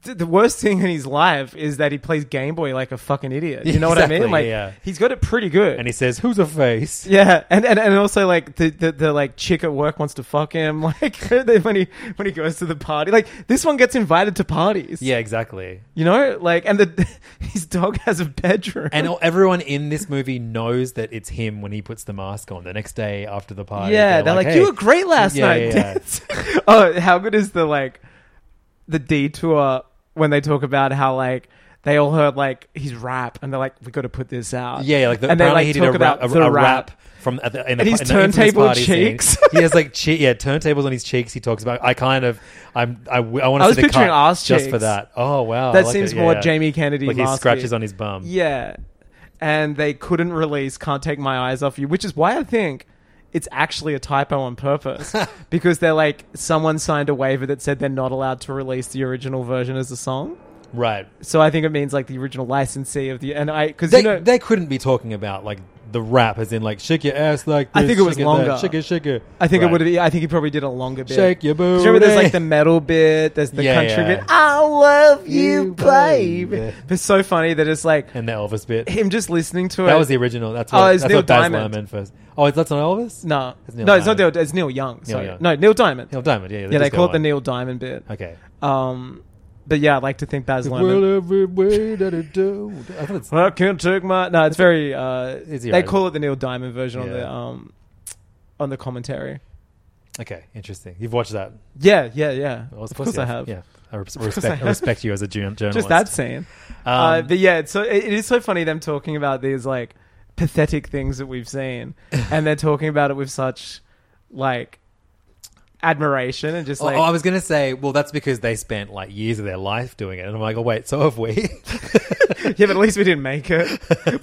[SPEAKER 4] the the worst thing in his life is that he plays Game Boy like a fucking idiot. You know what I mean?
[SPEAKER 3] Exactly,
[SPEAKER 4] Like
[SPEAKER 3] yeah.
[SPEAKER 4] he's got it pretty good,
[SPEAKER 3] and he says, "Who's a face?"
[SPEAKER 4] yeah, and, and, and also like the, the the like chick at work wants to fuck him. Like when he when he goes to the party, like this one gets invited to parties.
[SPEAKER 3] Yeah, exactly.
[SPEAKER 4] You know, like, and the his dog has a bedroom.
[SPEAKER 3] And all- everyone in this movie knows that it's him when he puts the mask on the next day after the party.
[SPEAKER 4] yeah, they're like,
[SPEAKER 3] "Hey."
[SPEAKER 4] you were great last
[SPEAKER 3] Yeah,
[SPEAKER 4] night.
[SPEAKER 3] yeah,
[SPEAKER 4] Dad." oh, how good is the like the detour when they talk about how like they all heard like his rap and they're like, we got to put this out.
[SPEAKER 3] Yeah, yeah, like the,
[SPEAKER 4] and
[SPEAKER 3] apparently he did a rap, a,
[SPEAKER 4] the
[SPEAKER 3] a rap from at the, in the,
[SPEAKER 4] And his
[SPEAKER 3] in the infamous
[SPEAKER 4] turntable
[SPEAKER 3] party scene.
[SPEAKER 4] cheeks.
[SPEAKER 3] he has like che- yeah turntables on his cheeks. He talks about I kind of I'm I, want
[SPEAKER 4] I
[SPEAKER 3] to
[SPEAKER 4] was
[SPEAKER 3] see the
[SPEAKER 4] picturing
[SPEAKER 3] cut
[SPEAKER 4] ass
[SPEAKER 3] just for
[SPEAKER 4] cheeks.
[SPEAKER 3] that. Oh wow, I
[SPEAKER 4] That
[SPEAKER 3] like
[SPEAKER 4] seems
[SPEAKER 3] it. Yeah,
[SPEAKER 4] more
[SPEAKER 3] yeah.
[SPEAKER 4] Jamie Kennedy
[SPEAKER 3] Like he
[SPEAKER 4] mask
[SPEAKER 3] scratches
[SPEAKER 4] bit.
[SPEAKER 3] on his bum.
[SPEAKER 4] Yeah. And they couldn't release Can't Take My Eyes Off You, which is why I think it's actually a typo on purpose. because they're like, someone signed a waiver that said they're not allowed to release the original version as a song.
[SPEAKER 3] right.
[SPEAKER 4] So I think it means like the original licensee of the. And I, because
[SPEAKER 3] They,
[SPEAKER 4] you know.
[SPEAKER 3] they couldn't be talking about like the rap as in like shake your ass like
[SPEAKER 4] I
[SPEAKER 3] this,
[SPEAKER 4] think it was
[SPEAKER 3] shake
[SPEAKER 4] longer.
[SPEAKER 3] that, shake it shake it.
[SPEAKER 4] I think
[SPEAKER 3] Right.
[SPEAKER 4] it would have. I think he probably did a longer bit.
[SPEAKER 3] Shake your
[SPEAKER 4] 'Cause Remember, there's
[SPEAKER 3] booty.
[SPEAKER 4] like the metal bit. There's the
[SPEAKER 3] Yeah,
[SPEAKER 4] country
[SPEAKER 3] yeah.
[SPEAKER 4] bit. I love you,
[SPEAKER 3] You,
[SPEAKER 4] babe.
[SPEAKER 3] babe.
[SPEAKER 4] It's so funny that it's like
[SPEAKER 3] and the Elvis bit.
[SPEAKER 4] him just listening to it.
[SPEAKER 3] That was the original. That's
[SPEAKER 4] Oh,
[SPEAKER 3] what,
[SPEAKER 4] it's
[SPEAKER 3] that's
[SPEAKER 4] Neil
[SPEAKER 3] what Baz
[SPEAKER 4] Diamond.
[SPEAKER 3] Luhrmann first. Oh, that's not Elvis.
[SPEAKER 4] No,
[SPEAKER 3] It's Neil
[SPEAKER 4] no, it's not Neil.
[SPEAKER 3] Diamond.
[SPEAKER 4] It's Neil Young. Sorry,
[SPEAKER 3] Young.
[SPEAKER 4] no, Neil Diamond.
[SPEAKER 3] Neil Diamond. Yeah, yeah. the
[SPEAKER 4] yeah, they
[SPEAKER 3] disco
[SPEAKER 4] call it the
[SPEAKER 3] one.
[SPEAKER 4] Neil Diamond bit.
[SPEAKER 3] Okay.
[SPEAKER 4] Um, but yeah, I like to think Baz
[SPEAKER 3] Well,
[SPEAKER 4] Luhrmann.
[SPEAKER 3] every way that it do. I thought it's
[SPEAKER 4] I can't take my. No, it's very. Uh,
[SPEAKER 3] It's
[SPEAKER 4] they
[SPEAKER 3] alright.
[SPEAKER 4] call it the Neil Diamond version on
[SPEAKER 3] Yeah.
[SPEAKER 4] the um, on the commentary.
[SPEAKER 3] Okay, interesting. You've watched that.
[SPEAKER 4] Yeah, yeah, yeah.
[SPEAKER 3] Well,
[SPEAKER 4] of course, I have.
[SPEAKER 3] Yeah, I res- respect, I respect you as a ju- journalist.
[SPEAKER 4] just that scene. uh,
[SPEAKER 3] Um,
[SPEAKER 4] but yeah, it's so it, it is so funny them talking about these like pathetic things that we've seen, and they're talking about it with such like admiration and just
[SPEAKER 3] Oh,
[SPEAKER 4] like
[SPEAKER 3] oh, I was going to say, well, that's because they spent like years of their life doing it. And I'm like, oh, wait, so have we.
[SPEAKER 4] Yeah, but at least we didn't make it.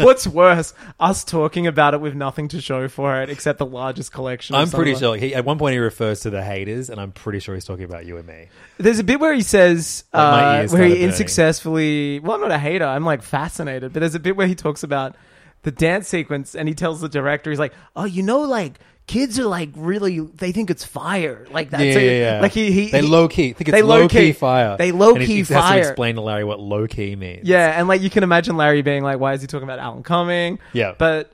[SPEAKER 4] What's worse, us talking about it with nothing to show for it except the largest collection. of
[SPEAKER 3] I'm pretty
[SPEAKER 4] Sunderland.
[SPEAKER 3] sure like, he, at one point he refers to the haters, and I'm pretty sure he's talking about you and me.
[SPEAKER 4] There's a bit where he says
[SPEAKER 3] Like, my
[SPEAKER 4] uh,
[SPEAKER 3] ears
[SPEAKER 4] where he
[SPEAKER 3] started
[SPEAKER 4] unsuccessfully. Well, I'm not a hater. I'm like fascinated. But there's a bit where he talks about the dance sequence and he tells the director, he's like, "Oh, you know, like." Kids are like really. They think it's fire. Like that's
[SPEAKER 3] yeah,
[SPEAKER 4] it.
[SPEAKER 3] yeah, yeah.
[SPEAKER 4] Like he, he
[SPEAKER 3] they
[SPEAKER 4] he-
[SPEAKER 3] low key. think it's
[SPEAKER 4] they
[SPEAKER 3] low
[SPEAKER 4] low-key-
[SPEAKER 3] key fire.
[SPEAKER 4] They low
[SPEAKER 3] And he-
[SPEAKER 4] key
[SPEAKER 3] he has
[SPEAKER 4] fire.
[SPEAKER 3] to explain to Larry what low key means.
[SPEAKER 4] Yeah, and like you can imagine Larry being like, "Why is he talking about Alan Cumming?"
[SPEAKER 3] Yeah.
[SPEAKER 4] but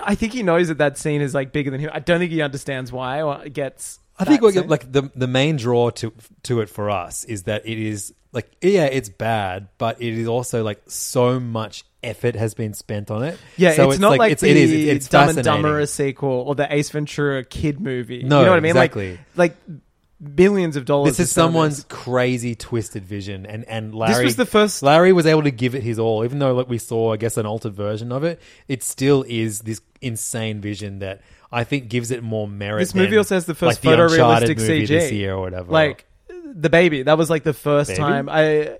[SPEAKER 4] I think he knows that that scene is like bigger than him. I don't think he understands why or gets.
[SPEAKER 3] I think
[SPEAKER 4] that
[SPEAKER 3] like,
[SPEAKER 4] scene.
[SPEAKER 3] like the the main draw to to it for us is that it is like yeah it's bad but it is also like so much effort has been spent on it
[SPEAKER 4] yeah,
[SPEAKER 3] so
[SPEAKER 4] it's, not like,
[SPEAKER 3] it's,
[SPEAKER 4] the
[SPEAKER 3] it is it's, it's
[SPEAKER 4] Dumb and
[SPEAKER 3] fascinating.
[SPEAKER 4] Dumberer sequel or the Ace Ventura kid movie.
[SPEAKER 3] No,
[SPEAKER 4] you know what I mean?
[SPEAKER 3] exactly.
[SPEAKER 4] Like, like billions of dollars.
[SPEAKER 3] This is
[SPEAKER 4] of
[SPEAKER 3] someone's
[SPEAKER 4] service.
[SPEAKER 3] crazy twisted vision, and and Larry.
[SPEAKER 4] was the first-
[SPEAKER 3] Larry was able to give it his all, even though like we saw, I guess, an altered version of it. It still is this insane vision that I think gives it more merit.
[SPEAKER 4] This movie
[SPEAKER 3] than,
[SPEAKER 4] also has the first
[SPEAKER 3] like, Uncharted
[SPEAKER 4] photorealistic
[SPEAKER 3] movie
[SPEAKER 4] CG
[SPEAKER 3] this year or whatever.
[SPEAKER 4] Like the baby, that was like the first
[SPEAKER 3] Baby?
[SPEAKER 4] time I,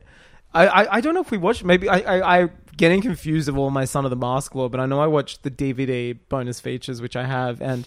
[SPEAKER 4] I, I, I don't know if we watched. Maybe I, I, I getting confused of all my Son of the Mask lore, but I know I watched the DVD bonus features, which I have, and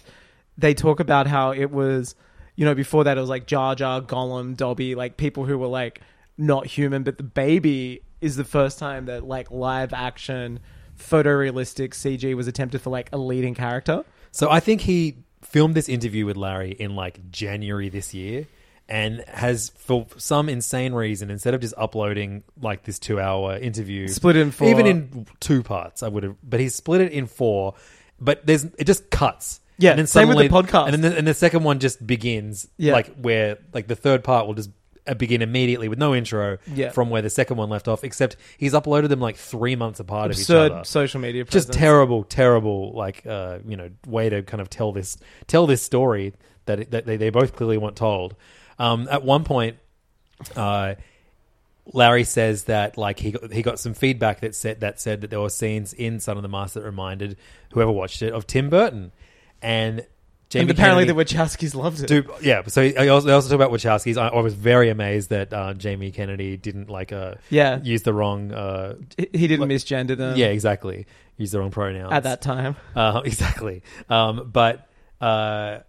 [SPEAKER 4] they talk about how it was. You know, before that it was like Jar Jar, Gollum, Dobby, like people who were like not human, but the baby is the first time that like live action photorealistic CG was attempted for like a leading character.
[SPEAKER 3] So I think he filmed this interview with Larry in like January this year and has for some insane reason instead of just uploading like this 2-hour interview
[SPEAKER 4] Split it in four.
[SPEAKER 3] even in two parts I would have but he split it in four but there's it just cuts
[SPEAKER 4] Yeah,
[SPEAKER 3] and
[SPEAKER 4] same with the podcast.
[SPEAKER 3] and then the, and the second one just begins
[SPEAKER 4] Yeah.
[SPEAKER 3] like where like the third part will just uh, begin immediately with no intro
[SPEAKER 4] Yeah.
[SPEAKER 3] from where the second one left off except he's uploaded them like 3 months apart of each other
[SPEAKER 4] Absurd social media presence.
[SPEAKER 3] just terrible, terrible, like uh, you know, way to kind of tell this tell this story that it, that they, they both clearly want told. Um, at one point, uh, Larry says that like he got, he got some feedback that said that said that there were scenes in Son of the Master that reminded whoever watched it of Tim Burton, and Jamie
[SPEAKER 4] and apparently
[SPEAKER 3] Kennedy-
[SPEAKER 4] the Wachowskis loved it.
[SPEAKER 3] Dude, yeah. So I also, they also talk about Wachowskis. I, I was very amazed that uh, Jamie Kennedy didn't like uh,
[SPEAKER 4] Yeah.
[SPEAKER 3] use the wrong uh,
[SPEAKER 4] He- He didn't misgender them.
[SPEAKER 3] yeah exactly use the wrong pronouns
[SPEAKER 4] At that time,
[SPEAKER 3] uh, exactly. Um, but uh,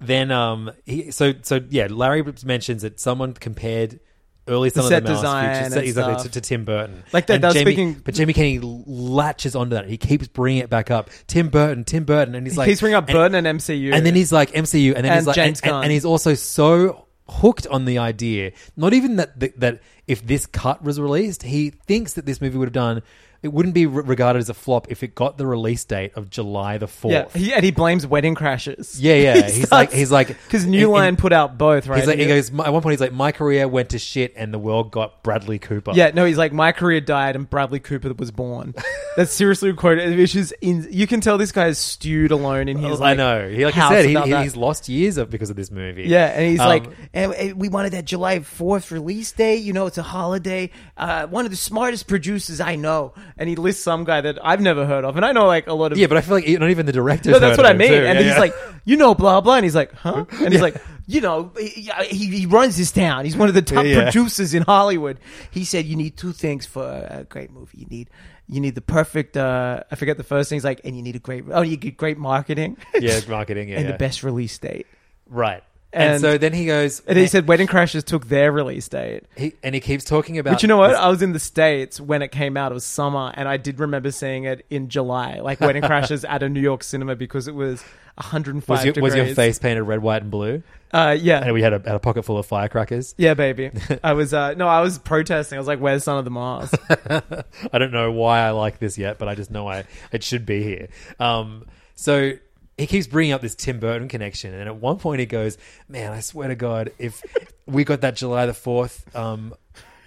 [SPEAKER 3] then, um, he, so so yeah, Larry mentions that someone compared early Son of
[SPEAKER 4] set
[SPEAKER 3] the Mouse
[SPEAKER 4] design
[SPEAKER 3] future
[SPEAKER 4] and
[SPEAKER 3] set- exactly,
[SPEAKER 4] stuff.
[SPEAKER 3] to, to Tim Burton.
[SPEAKER 4] Like that-
[SPEAKER 3] And
[SPEAKER 4] that was
[SPEAKER 3] Jamie,
[SPEAKER 4] speaking-
[SPEAKER 3] but Jamie Kennedy latches onto that. He keeps bringing it back up. Tim Burton, Tim Burton, and he's
[SPEAKER 4] he
[SPEAKER 3] like
[SPEAKER 4] keeps bringing up
[SPEAKER 3] and-
[SPEAKER 4] Burton and MCU,
[SPEAKER 3] and then he's like MCU, and then
[SPEAKER 4] And
[SPEAKER 3] he's like,
[SPEAKER 4] James
[SPEAKER 3] and, and-
[SPEAKER 4] Gunn.
[SPEAKER 3] and he's also so hooked on the idea. Not even that that, that if this cut was released, he thinks that this movie would have done. It wouldn't be re- regarded as a flop if it got the release date of July the
[SPEAKER 4] yeah,
[SPEAKER 3] fourth.
[SPEAKER 4] he, and he blames wedding crashes.
[SPEAKER 3] Yeah, yeah. He's like- he's like-
[SPEAKER 4] because
[SPEAKER 3] in-
[SPEAKER 4] New
[SPEAKER 3] in-
[SPEAKER 4] Line put out both, right?
[SPEAKER 3] He's like, he
[SPEAKER 4] And
[SPEAKER 3] goes, my- at one point, he's like, my career went to shit and the world got Bradley Cooper.
[SPEAKER 4] yeah, no, he's like, my career died and Bradley Cooper was born. That's seriously quoted. Which is, in, you can tell this guy is stewed alone in his.
[SPEAKER 3] I
[SPEAKER 4] Like,
[SPEAKER 3] know. He, like I
[SPEAKER 4] house
[SPEAKER 3] said, he,
[SPEAKER 4] about that.
[SPEAKER 3] he's lost years of, because of this movie.
[SPEAKER 4] Yeah, and he's
[SPEAKER 3] Um,
[SPEAKER 4] like, and, and we wanted that July 4th release date. You know, it's a holiday. Uh, one of the smartest producers I know. And he lists some guy that I've never heard of. And I know, like, a lot of
[SPEAKER 3] yeah, but I feel like e, not even the director.
[SPEAKER 4] No, that's what I mean. and he's like, you know, blah blah, and he's like, huh? And he's like, you know, he, he he runs this town. He's one of the top
[SPEAKER 3] Yeah, yeah.
[SPEAKER 4] producers in Hollywood. He said you need two things for a great movie. You need you need the perfect. Uh, I forget the first thing. He's like, and you need a great. Oh, you get great marketing.
[SPEAKER 3] yeah, marketing. Yeah,
[SPEAKER 4] and
[SPEAKER 3] yeah.
[SPEAKER 4] the best release date.
[SPEAKER 3] Right. And,
[SPEAKER 4] And-
[SPEAKER 3] so then he goes,
[SPEAKER 4] And he said, Wedding Crashers took their release date.
[SPEAKER 3] he, and he keeps talking about.
[SPEAKER 4] But you know what? I was in the States when it came out. It was summer, and I did remember seeing it in July, like Wedding Crashers at a New York cinema because it was 105
[SPEAKER 3] Was your,
[SPEAKER 4] degrees.
[SPEAKER 3] was your face painted red, white, and blue?
[SPEAKER 4] Uh, yeah.
[SPEAKER 3] And we had a, had a pocket full of firecrackers.
[SPEAKER 4] Yeah, baby. I was uh no, I was protesting. I was like, "Where's Son of the Mars?"
[SPEAKER 3] I don't know why I like this yet, but I just know I it should be here. Um, so he keeps bringing up this Tim Burton connection, and at one point he goes, "Man, I swear to God, if we got that July the Fourth um,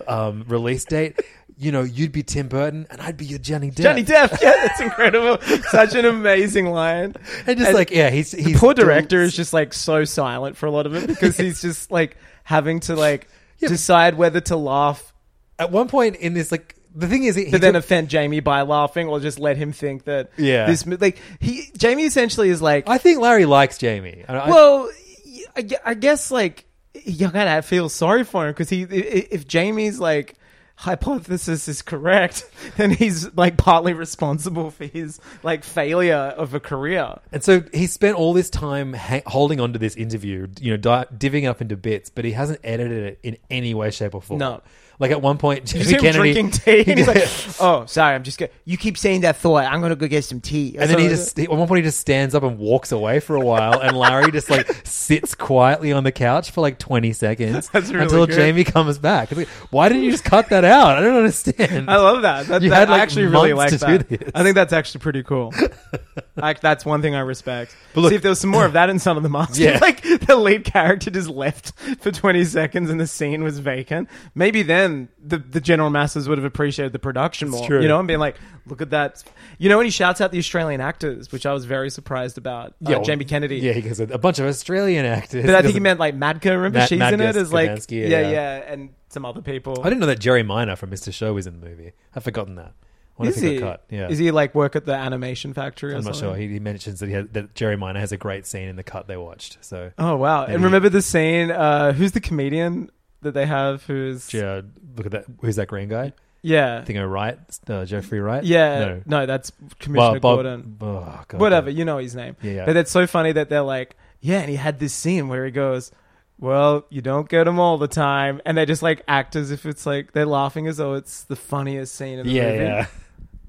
[SPEAKER 3] um, release date, you know, you'd be Tim Burton, and I'd be your Johnny Depp."
[SPEAKER 4] Johnny Depp. Yeah, that's incredible. Such an amazing line.
[SPEAKER 3] and just like yeah, he's he's
[SPEAKER 4] poor director is just like so silent for a lot of it because he's just like having to like decide whether to laugh
[SPEAKER 3] at one point in this like. The thing is, he, he
[SPEAKER 4] but then
[SPEAKER 3] took-
[SPEAKER 4] offend Jamie by laughing or just let him think that
[SPEAKER 3] Yeah.
[SPEAKER 4] this mo- like he Jamie essentially is like
[SPEAKER 3] I think Larry likes Jamie. And I-
[SPEAKER 4] well y- I, gue- I guess like you gotta feel sorry for him because he i- if jamie's like hypothesis is correct then he's like partly responsible for his like failure of a career
[SPEAKER 3] And so he spent all this time ha- holding on to this interview, you know, di- divvying up into bits, but he hasn't edited it in any way, shape, or form.
[SPEAKER 4] No.
[SPEAKER 3] Like at one point,
[SPEAKER 4] you
[SPEAKER 3] Jamie
[SPEAKER 4] see him
[SPEAKER 3] Kennedy.
[SPEAKER 4] drinking tea and he's like oh sorry i'm just going you keep saying that thought i'm gonna go get some tea or
[SPEAKER 3] and then he
[SPEAKER 4] something like
[SPEAKER 3] just, he- at one point, he just stands up and walks away for a while. And Larry just like sits quietly on the couch for like 20 seconds
[SPEAKER 4] That's really
[SPEAKER 3] until
[SPEAKER 4] good.
[SPEAKER 3] Jamie comes back. It's like, Why didn't you just cut that out? I don't understand.
[SPEAKER 4] that. i love that, that,
[SPEAKER 3] You
[SPEAKER 4] that-
[SPEAKER 3] had,
[SPEAKER 4] I
[SPEAKER 3] like,
[SPEAKER 4] actually really like
[SPEAKER 3] months to
[SPEAKER 4] that
[SPEAKER 3] do this.
[SPEAKER 4] i think that's actually pretty cool like that's one thing i respect but see if there was some more of that in some of the mask
[SPEAKER 3] Yeah.
[SPEAKER 4] like the lead character just left for 20 seconds and the scene was vacant, maybe then the, the general masses would have appreciated the production more.
[SPEAKER 3] true.
[SPEAKER 4] You know, and being like, look at that. You know, when he shouts out the Australian actors, which I was very surprised about. Yeah,
[SPEAKER 3] well,
[SPEAKER 4] Jamie Kennedy.
[SPEAKER 3] Yeah, he goes a bunch of Australian actors.
[SPEAKER 4] But I think he meant like Madka, remember?
[SPEAKER 3] Mad-
[SPEAKER 4] She's in
[SPEAKER 3] Madka
[SPEAKER 4] it as like,
[SPEAKER 3] Skabansky,
[SPEAKER 4] yeah,
[SPEAKER 3] yeah.
[SPEAKER 4] yeah, and some other people.
[SPEAKER 3] I didn't know that Jerry Minor from Mr. Show was in the movie. I've forgotten that. I wonder if
[SPEAKER 4] Is
[SPEAKER 3] he,
[SPEAKER 4] he?
[SPEAKER 3] got cut. Yeah.
[SPEAKER 4] Is he like work at the animation factory or
[SPEAKER 3] I'm not
[SPEAKER 4] something?
[SPEAKER 3] sure. He, he mentions that he had, that Jerry Minor has a great scene in the cut they watched. So
[SPEAKER 4] Oh wow!
[SPEAKER 3] Maybe.
[SPEAKER 4] And remember the scene? Uh, who's the comedian that they have? Who's
[SPEAKER 3] Yeah, uh, look at that. Who's that green guy?
[SPEAKER 4] yeah,
[SPEAKER 3] I think I Wright, uh, Jeffrey Wright.
[SPEAKER 4] yeah?
[SPEAKER 3] no,
[SPEAKER 4] No. that's
[SPEAKER 3] Well,
[SPEAKER 4] Commissioner
[SPEAKER 3] Bob-
[SPEAKER 4] Gordon.
[SPEAKER 3] oh, God.
[SPEAKER 4] Whatever you know his name.
[SPEAKER 3] Yeah, yeah.
[SPEAKER 4] But it's so funny that they're like, yeah, and he had this scene where he goes. Well, you don't get them all the time, and they just like act as if it's like they're laughing as though it's the funniest scene in the
[SPEAKER 3] Yeah,
[SPEAKER 4] movie.
[SPEAKER 3] yeah.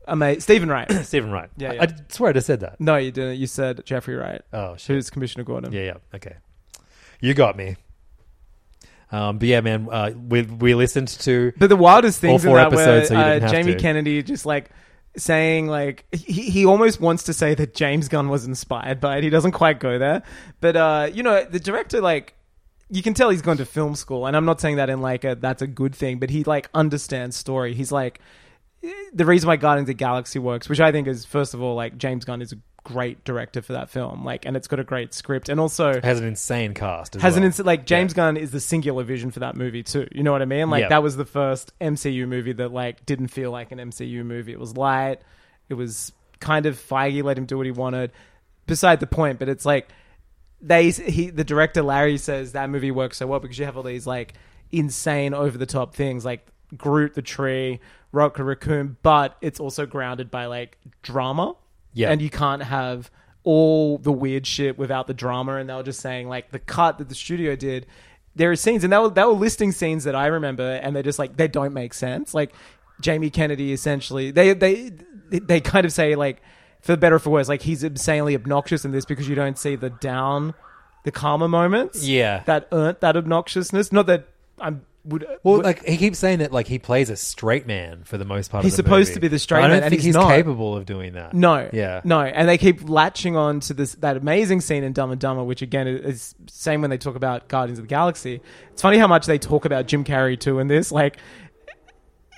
[SPEAKER 4] Amazing. Stephen Wright.
[SPEAKER 3] Stephen Wright.
[SPEAKER 4] Yeah,
[SPEAKER 3] I-
[SPEAKER 4] yeah.
[SPEAKER 3] I, swear I just said that.
[SPEAKER 4] no, you didn't. You said Jeffrey Wright,
[SPEAKER 3] Oh shit.
[SPEAKER 4] who's Commissioner Gordon.
[SPEAKER 3] Yeah, yeah. Okay. You got me. Um, but yeah, man, uh, we we listened to
[SPEAKER 4] But the wildest things
[SPEAKER 3] four
[SPEAKER 4] in that were
[SPEAKER 3] episodes, so you didn't
[SPEAKER 4] uh,
[SPEAKER 3] have
[SPEAKER 4] Jamie
[SPEAKER 3] to.
[SPEAKER 4] Kennedy just like saying like he, he almost wants to say that James Gunn was inspired by it. He doesn't quite go there, but uh, you know the director like you can tell he's gone to film school, and I'm not saying that in like a that's a good thing, but he like understands story. He's like the reason why Guardians of the Galaxy works, which I think is first of all like James Gunn is a great director for that film, like and it's got a great script, and also
[SPEAKER 3] has an insane cast. As
[SPEAKER 4] has an
[SPEAKER 3] well.
[SPEAKER 4] ins- like James Gunn is the singular vision for that movie too. You know what I mean? Like
[SPEAKER 3] Yeah.
[SPEAKER 4] that was the first MCU movie that like didn't feel like an MCU movie. It was light. It was kind of Feige let him do what he wanted. Beside the point, but it's like they he the director Larry says that movie works so well because you have all these like insane over the top things like Groot the tree, Rock the raccoon, but it's also grounded by like drama.
[SPEAKER 3] Yeah.
[SPEAKER 4] and you can't have all the weird shit without the drama. And they were just saying like the cut that the studio did. There are scenes, and they were they were listing scenes that I remember, and they're just like they don't make sense. Like Jamie Kennedy, essentially, they they they kind of say like for better or for worse, like he's insanely obnoxious in this because you don't see the down, the calmer moments.
[SPEAKER 3] Yeah.
[SPEAKER 4] that earned that obnoxiousness. Not that I'm would
[SPEAKER 3] well,
[SPEAKER 4] would-
[SPEAKER 3] like he keeps saying that like he plays a straight man for the most part.
[SPEAKER 4] He's
[SPEAKER 3] of the
[SPEAKER 4] supposed
[SPEAKER 3] movie.
[SPEAKER 4] to be the straight
[SPEAKER 3] I don't
[SPEAKER 4] man, and
[SPEAKER 3] think
[SPEAKER 4] he's
[SPEAKER 3] he's
[SPEAKER 4] not.
[SPEAKER 3] capable of doing that.
[SPEAKER 4] No.
[SPEAKER 3] Yeah.
[SPEAKER 4] No, and they keep latching on to this that amazing scene in Dumb and Dumber, which again is same when they talk about Guardians of the Galaxy. It's funny how much they talk about Jim Carrey too in this. Like,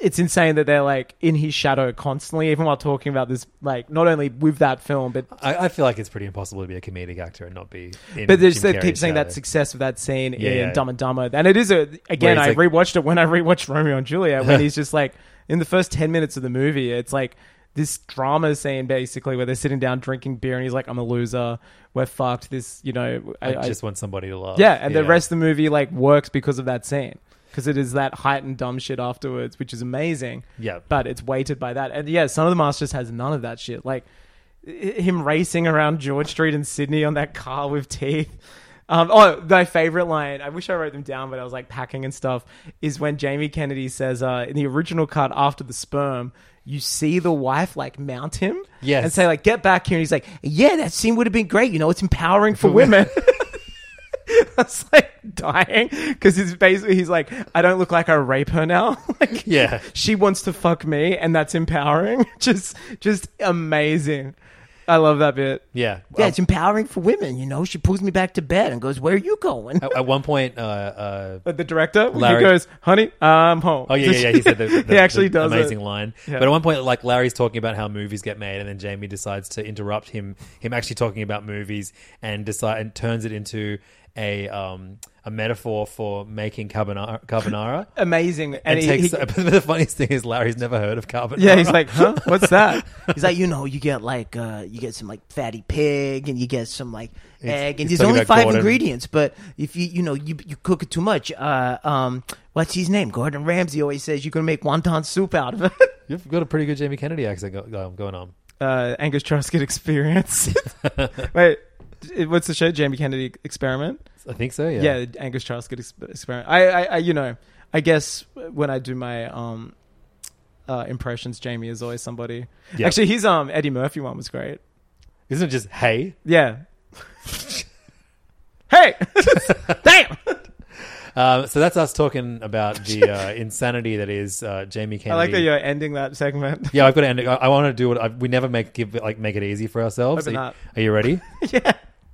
[SPEAKER 4] it's insane that they're like in his shadow constantly, even while talking about this. Like, not only with that film, but
[SPEAKER 3] I, I feel like it's pretty impossible to be a comedic actor and not be. In
[SPEAKER 4] but there's,
[SPEAKER 3] Jim
[SPEAKER 4] they keep
[SPEAKER 3] Carrey's
[SPEAKER 4] saying
[SPEAKER 3] shadow.
[SPEAKER 4] that success of that scene
[SPEAKER 3] Yeah,
[SPEAKER 4] in
[SPEAKER 3] yeah.
[SPEAKER 4] Dumb and Dumber, and it is a again.
[SPEAKER 3] Where
[SPEAKER 4] I
[SPEAKER 3] he's like-
[SPEAKER 4] rewatched it when I rewatched Romeo and Juliet when he's just like in the first ten minutes of the movie, it's like this drama scene basically where they're sitting down drinking beer and he's like, "I'm a loser, we're fucked." This, you know, I,
[SPEAKER 3] I,
[SPEAKER 4] I-
[SPEAKER 3] just want somebody to love.
[SPEAKER 4] yeah, and the rest of the movie like works because of that scene because it is that heightened dumb shit afterwards, which is amazing.
[SPEAKER 3] Yeah.
[SPEAKER 4] but it's weighted by that, and yeah, Son of the Masters has none of that shit. Like i- him racing around George Street in Sydney on that car with teeth. Um, oh, my favorite line. I wish I wrote them down, but I was like packing and stuff. Is when Jamie Kennedy says uh, in the original cut after the sperm, you see the wife like mount him,
[SPEAKER 3] Yes.
[SPEAKER 4] and say like get back here, and he's like, yeah, that scene would have been great. You know, it's empowering for women. I was like dying because he's basically he's like, I don't look like I rape her now. like,
[SPEAKER 3] Yeah.
[SPEAKER 4] she wants to fuck me, and that's empowering. just, just amazing. I love that bit.
[SPEAKER 3] Yeah.
[SPEAKER 5] Yeah, it's empowering for women. You know, she pulls me back to bed and goes, "Where are you going?"
[SPEAKER 3] At, at one point, uh, uh,
[SPEAKER 4] But the director,
[SPEAKER 3] Larry-
[SPEAKER 4] he goes, "Honey, I'm home."
[SPEAKER 3] Oh yeah, yeah, yeah. He said the, the,
[SPEAKER 4] he actually
[SPEAKER 3] the
[SPEAKER 4] does it.
[SPEAKER 3] amazing line.
[SPEAKER 4] Yeah.
[SPEAKER 3] But at one point, like Larry's talking about how movies get made, and then Jamie decides to interrupt him. Him actually talking about movies and decide and turns it into a um, a metaphor for making carbonara. carbonara.
[SPEAKER 4] Amazing, and,
[SPEAKER 3] And,
[SPEAKER 4] he,
[SPEAKER 3] takes
[SPEAKER 4] he-
[SPEAKER 3] the funniest thing is Larry's never heard of carbonara.
[SPEAKER 4] yeah, he's like, "Huh? What's that?"
[SPEAKER 5] He's like, you know, you get like uh, you get some like fatty pig and you get some like egg, and
[SPEAKER 3] he's
[SPEAKER 5] there's
[SPEAKER 3] talking
[SPEAKER 5] only
[SPEAKER 3] about
[SPEAKER 5] five
[SPEAKER 3] Gordon.
[SPEAKER 5] ingredients. But if you you know you you cook it too much, uh, um, what's his name? Gordon Ramsay always says you can make wonton soup out of it.
[SPEAKER 3] You've got a pretty good Jamie Kennedy accent go- go- going on.
[SPEAKER 4] uh, Angus Truscott experience. Wait, it- what's the show? Jamie Kennedy experiment.
[SPEAKER 3] I think so. Yeah.
[SPEAKER 4] yeah, Angus Truscott ex- experiment. I, I, I, you know, I guess when I do my um, uh, impressions, Jamie is always somebody.
[SPEAKER 3] Yeah.
[SPEAKER 4] Actually, his um Eddie Murphy one was great.
[SPEAKER 3] Isn't it just hey?
[SPEAKER 4] Yeah. hey, damn.
[SPEAKER 3] Um, so that's us talking about the uh, insanity that is uh, Jamie Kennedy.
[SPEAKER 4] I like that you're ending that segment.
[SPEAKER 3] Yeah, I've got to end it. I, I want to do what I, we never make give like make it easy for ourselves.
[SPEAKER 4] Hope
[SPEAKER 3] Are you,
[SPEAKER 4] not.
[SPEAKER 3] are you ready?
[SPEAKER 4] yeah.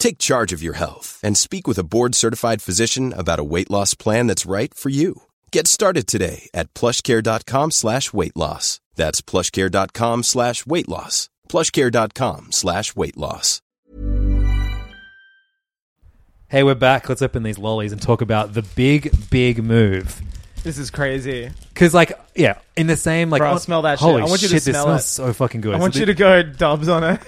[SPEAKER 6] Take charge of your health and speak with a board-certified physician about a weight loss plan that's right for you. Get started today at plushcare.com slash weight loss. That's plushcare.com slash weight loss. plushcare.com slash weight loss.
[SPEAKER 3] Hey, we're back. Let's open these lollies and talk about the big, big move.
[SPEAKER 4] This is crazy.
[SPEAKER 3] Because, like, yeah, in the same, like,
[SPEAKER 4] Bro,
[SPEAKER 3] oh,
[SPEAKER 4] smell that shit.
[SPEAKER 3] holy
[SPEAKER 4] I want you to
[SPEAKER 3] shit, this
[SPEAKER 4] smell
[SPEAKER 3] smells
[SPEAKER 4] it.
[SPEAKER 3] so fucking good.
[SPEAKER 4] I want
[SPEAKER 3] so
[SPEAKER 4] you
[SPEAKER 3] the-
[SPEAKER 4] to go dubs on it.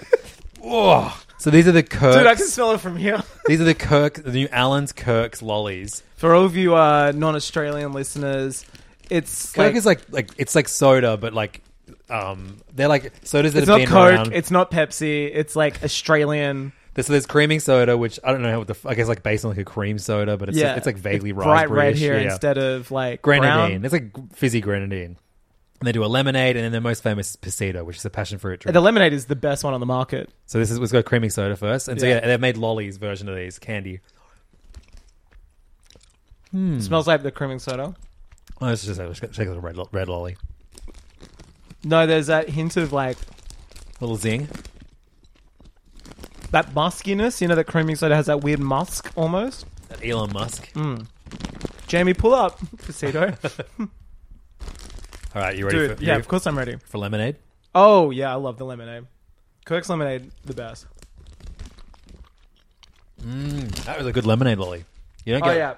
[SPEAKER 3] Whoa. So these are the Kirk.
[SPEAKER 4] Dude, I can smell it from here.
[SPEAKER 3] These are the Kirk, the new Alan's Kirk's lollies.
[SPEAKER 4] For all of you uh, non Australian listeners, it's
[SPEAKER 3] Kirk
[SPEAKER 4] like,
[SPEAKER 3] is like like it's like soda, but like um, they're like sodas that
[SPEAKER 4] it's
[SPEAKER 3] have
[SPEAKER 4] not
[SPEAKER 3] been
[SPEAKER 4] Coke,
[SPEAKER 3] around.
[SPEAKER 4] it's not Pepsi, it's like Australian.
[SPEAKER 3] There's- so there's creaming soda, which I don't know how what the f- I guess like based on like a cream soda, but it's
[SPEAKER 4] yeah,
[SPEAKER 3] like, it's like vaguely
[SPEAKER 4] bright red
[SPEAKER 3] raspberry-ish,
[SPEAKER 4] here
[SPEAKER 3] yeah.
[SPEAKER 4] instead of like
[SPEAKER 3] grenadine.
[SPEAKER 4] brown.
[SPEAKER 3] It's like fizzy grenadine. And they do a lemonade, and then their most famous is pasito, which is a passion fruit drink.
[SPEAKER 4] The lemonade is the best one on the market.
[SPEAKER 3] so this is let's go creaming soda first, and so
[SPEAKER 4] Yeah.
[SPEAKER 3] yeah, they've made lollies version of these candy. Hmm.
[SPEAKER 4] Smells like the creaming soda.
[SPEAKER 3] Oh, let's just let's take a little red, lo- red lolly,
[SPEAKER 4] No, there's that hint of like
[SPEAKER 3] little zing.
[SPEAKER 4] that muskiness. You know that creaming soda has that weird musk almost.
[SPEAKER 3] Elon Musk.
[SPEAKER 4] Mm. Jamie, pull up, Pasito.
[SPEAKER 3] All right, you ready?
[SPEAKER 4] Dude,
[SPEAKER 3] for, you
[SPEAKER 4] yeah,
[SPEAKER 3] ready
[SPEAKER 4] of course I'm ready.
[SPEAKER 3] for lemonade.
[SPEAKER 4] Oh yeah, I love the lemonade. Kirk's lemonade, the best.
[SPEAKER 3] That was a good lemonade lolly. You don't
[SPEAKER 4] Oh
[SPEAKER 3] get.
[SPEAKER 4] yeah.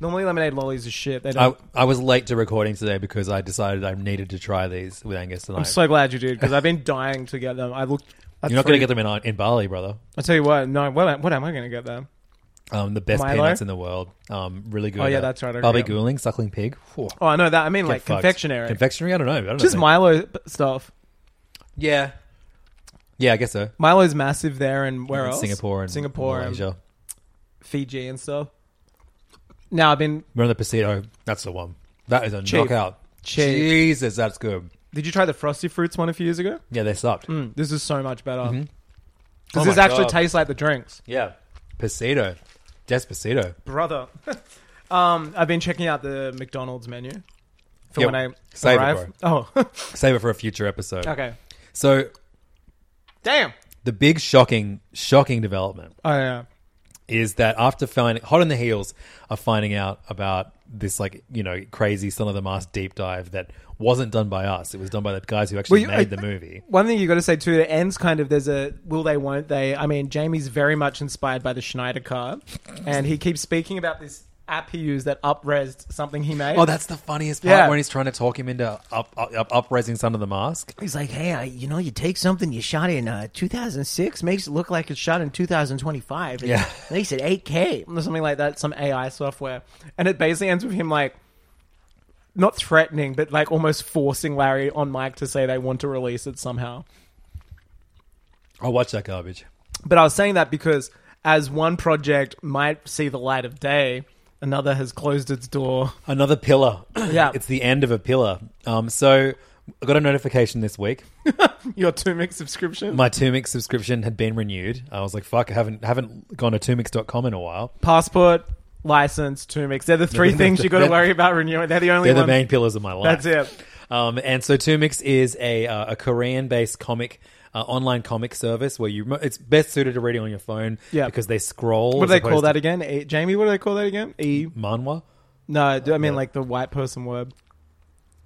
[SPEAKER 4] Normally lemonade lollies are shit. They don't.
[SPEAKER 3] I, I was late to recording today because I decided I needed to try these with Angus tonight.
[SPEAKER 4] I'm so glad you did because I've been dying to get them. I looked. I
[SPEAKER 3] You're not going to
[SPEAKER 4] freaked-
[SPEAKER 3] get them in, in Bali, brother.
[SPEAKER 4] I tell you what, no. What, am- what am I going to get them?
[SPEAKER 3] Um, the best
[SPEAKER 4] Milo?
[SPEAKER 3] peanuts in the world. Um, really good.
[SPEAKER 4] Oh, yeah,
[SPEAKER 3] uh,
[SPEAKER 4] that's right, I
[SPEAKER 3] Bobby
[SPEAKER 4] agree.
[SPEAKER 3] Gooling, suckling pig. Whew,
[SPEAKER 4] Oh, I know that. I mean,
[SPEAKER 3] get
[SPEAKER 4] like
[SPEAKER 3] fucked.
[SPEAKER 4] confectionery,
[SPEAKER 3] Confectionery. I don't know. I don't
[SPEAKER 4] just
[SPEAKER 3] know.
[SPEAKER 4] Milo p- stuff.
[SPEAKER 3] Yeah. Yeah, I guess so.
[SPEAKER 4] Milo's massive there, and where
[SPEAKER 3] In
[SPEAKER 4] else?
[SPEAKER 3] Singapore and
[SPEAKER 4] Singapore, and
[SPEAKER 3] Malaysia.
[SPEAKER 4] Fiji, and stuff. Now I've been.
[SPEAKER 3] Remember the Pasito? That's the one. That is a
[SPEAKER 4] Cheap.
[SPEAKER 3] knockout.
[SPEAKER 4] Cheap.
[SPEAKER 3] Jesus, that's good.
[SPEAKER 4] Did you try the Frosty Fruits one a few years ago?
[SPEAKER 3] Yeah, they sucked.
[SPEAKER 4] Mm, this is so much better.
[SPEAKER 3] Hmm. Oh
[SPEAKER 4] Does this
[SPEAKER 3] my
[SPEAKER 4] actually
[SPEAKER 3] God.
[SPEAKER 4] taste like the drinks,
[SPEAKER 3] Yeah. Pasito. Despacito.
[SPEAKER 4] brother? um, I've been checking out the McDonald's menu for
[SPEAKER 3] Yeah,
[SPEAKER 4] when I
[SPEAKER 3] save it,
[SPEAKER 4] arrive. oh,
[SPEAKER 3] Save it for a future episode.
[SPEAKER 4] okay.
[SPEAKER 3] So,
[SPEAKER 4] Damn.
[SPEAKER 3] the big shocking, shocking development
[SPEAKER 4] Oh yeah.
[SPEAKER 3] is that after finding hot on the heels of finding out about this like you know crazy son of the mask deep dive that wasn't done by us it was done by the guys who actually
[SPEAKER 4] Well, you-
[SPEAKER 3] made
[SPEAKER 4] I-
[SPEAKER 3] the movie
[SPEAKER 4] One thing you got to say too, it ends kind of there's a will they, won't they. I mean, Jamie's very much inspired by the Schneider car, and he keeps speaking about this app he used that upresed something he made.
[SPEAKER 3] oh that's the funniest part
[SPEAKER 4] Yeah.
[SPEAKER 3] when he's trying to talk him into up, up, up upraising son of the mask
[SPEAKER 5] He's like, hey, I, you know, you take something you shot in uh, 2006, makes it look like it's shot in 2025. and
[SPEAKER 3] Yeah.
[SPEAKER 5] Makes it 8K.
[SPEAKER 4] or something like that, some AI software, and it basically ends with him like not threatening, but like almost forcing Larry on Mike to say they want to release it somehow.
[SPEAKER 3] i'll watch that garbage
[SPEAKER 4] But I was saying that because as one project might see the light of day, another has closed its door.
[SPEAKER 3] another pillar
[SPEAKER 4] Yeah.
[SPEAKER 3] it's the end of a pillar um so i got a notification this week
[SPEAKER 4] Your two mix subscription
[SPEAKER 3] my Tumix subscription had been renewed i was like fuck i haven't haven't gone to tumix.com in a while
[SPEAKER 4] passport. license, two mix. They're the three things you got to worry about renewing. They're the only.
[SPEAKER 3] They're the
[SPEAKER 4] ones-
[SPEAKER 3] main pillars of my life.
[SPEAKER 4] That's it.
[SPEAKER 3] Um, and so Tumix is a uh, a Korean based comic. Uh, online comic service where you mo- it's best suited to reading on your phone
[SPEAKER 4] Yeah.
[SPEAKER 3] because they scroll.
[SPEAKER 4] What do
[SPEAKER 3] as
[SPEAKER 4] they call
[SPEAKER 3] opposed
[SPEAKER 4] that
[SPEAKER 3] to-
[SPEAKER 4] again? E- Jamie, what do they call that again? E.
[SPEAKER 3] Manhwa
[SPEAKER 4] No, do I mean like the white person word,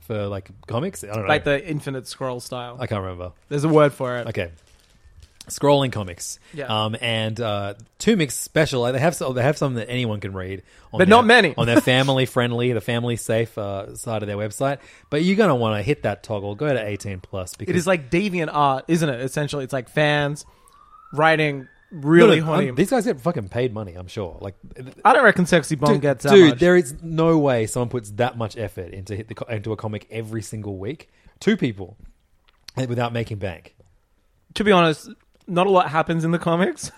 [SPEAKER 3] for like comics. I don't know.
[SPEAKER 4] like the infinite scroll style.
[SPEAKER 3] I can't remember.
[SPEAKER 4] There's a word for it.
[SPEAKER 3] Okay. Scrolling comics,
[SPEAKER 4] Yeah.
[SPEAKER 3] um, and uh, Tumix special. They have so they have some that anyone can read, on their-
[SPEAKER 4] But not many.
[SPEAKER 3] on their family friendly, the family safe uh, side of their website. But you're gonna want to hit that toggle. Go to 18 plus because
[SPEAKER 4] It is like deviant art, isn't it? Essentially, it's like fans writing really
[SPEAKER 3] No, no,
[SPEAKER 4] horny.
[SPEAKER 3] I'm- These guys get fucking paid money. I'm sure. Like,
[SPEAKER 4] I don't reckon Sexy Bomb gets that
[SPEAKER 3] dude,
[SPEAKER 4] much.
[SPEAKER 3] there is no way someone puts that much effort into hit the co- into a comic every single week. Two people eh, without making bank.
[SPEAKER 4] to be honest, not a lot happens in the comics.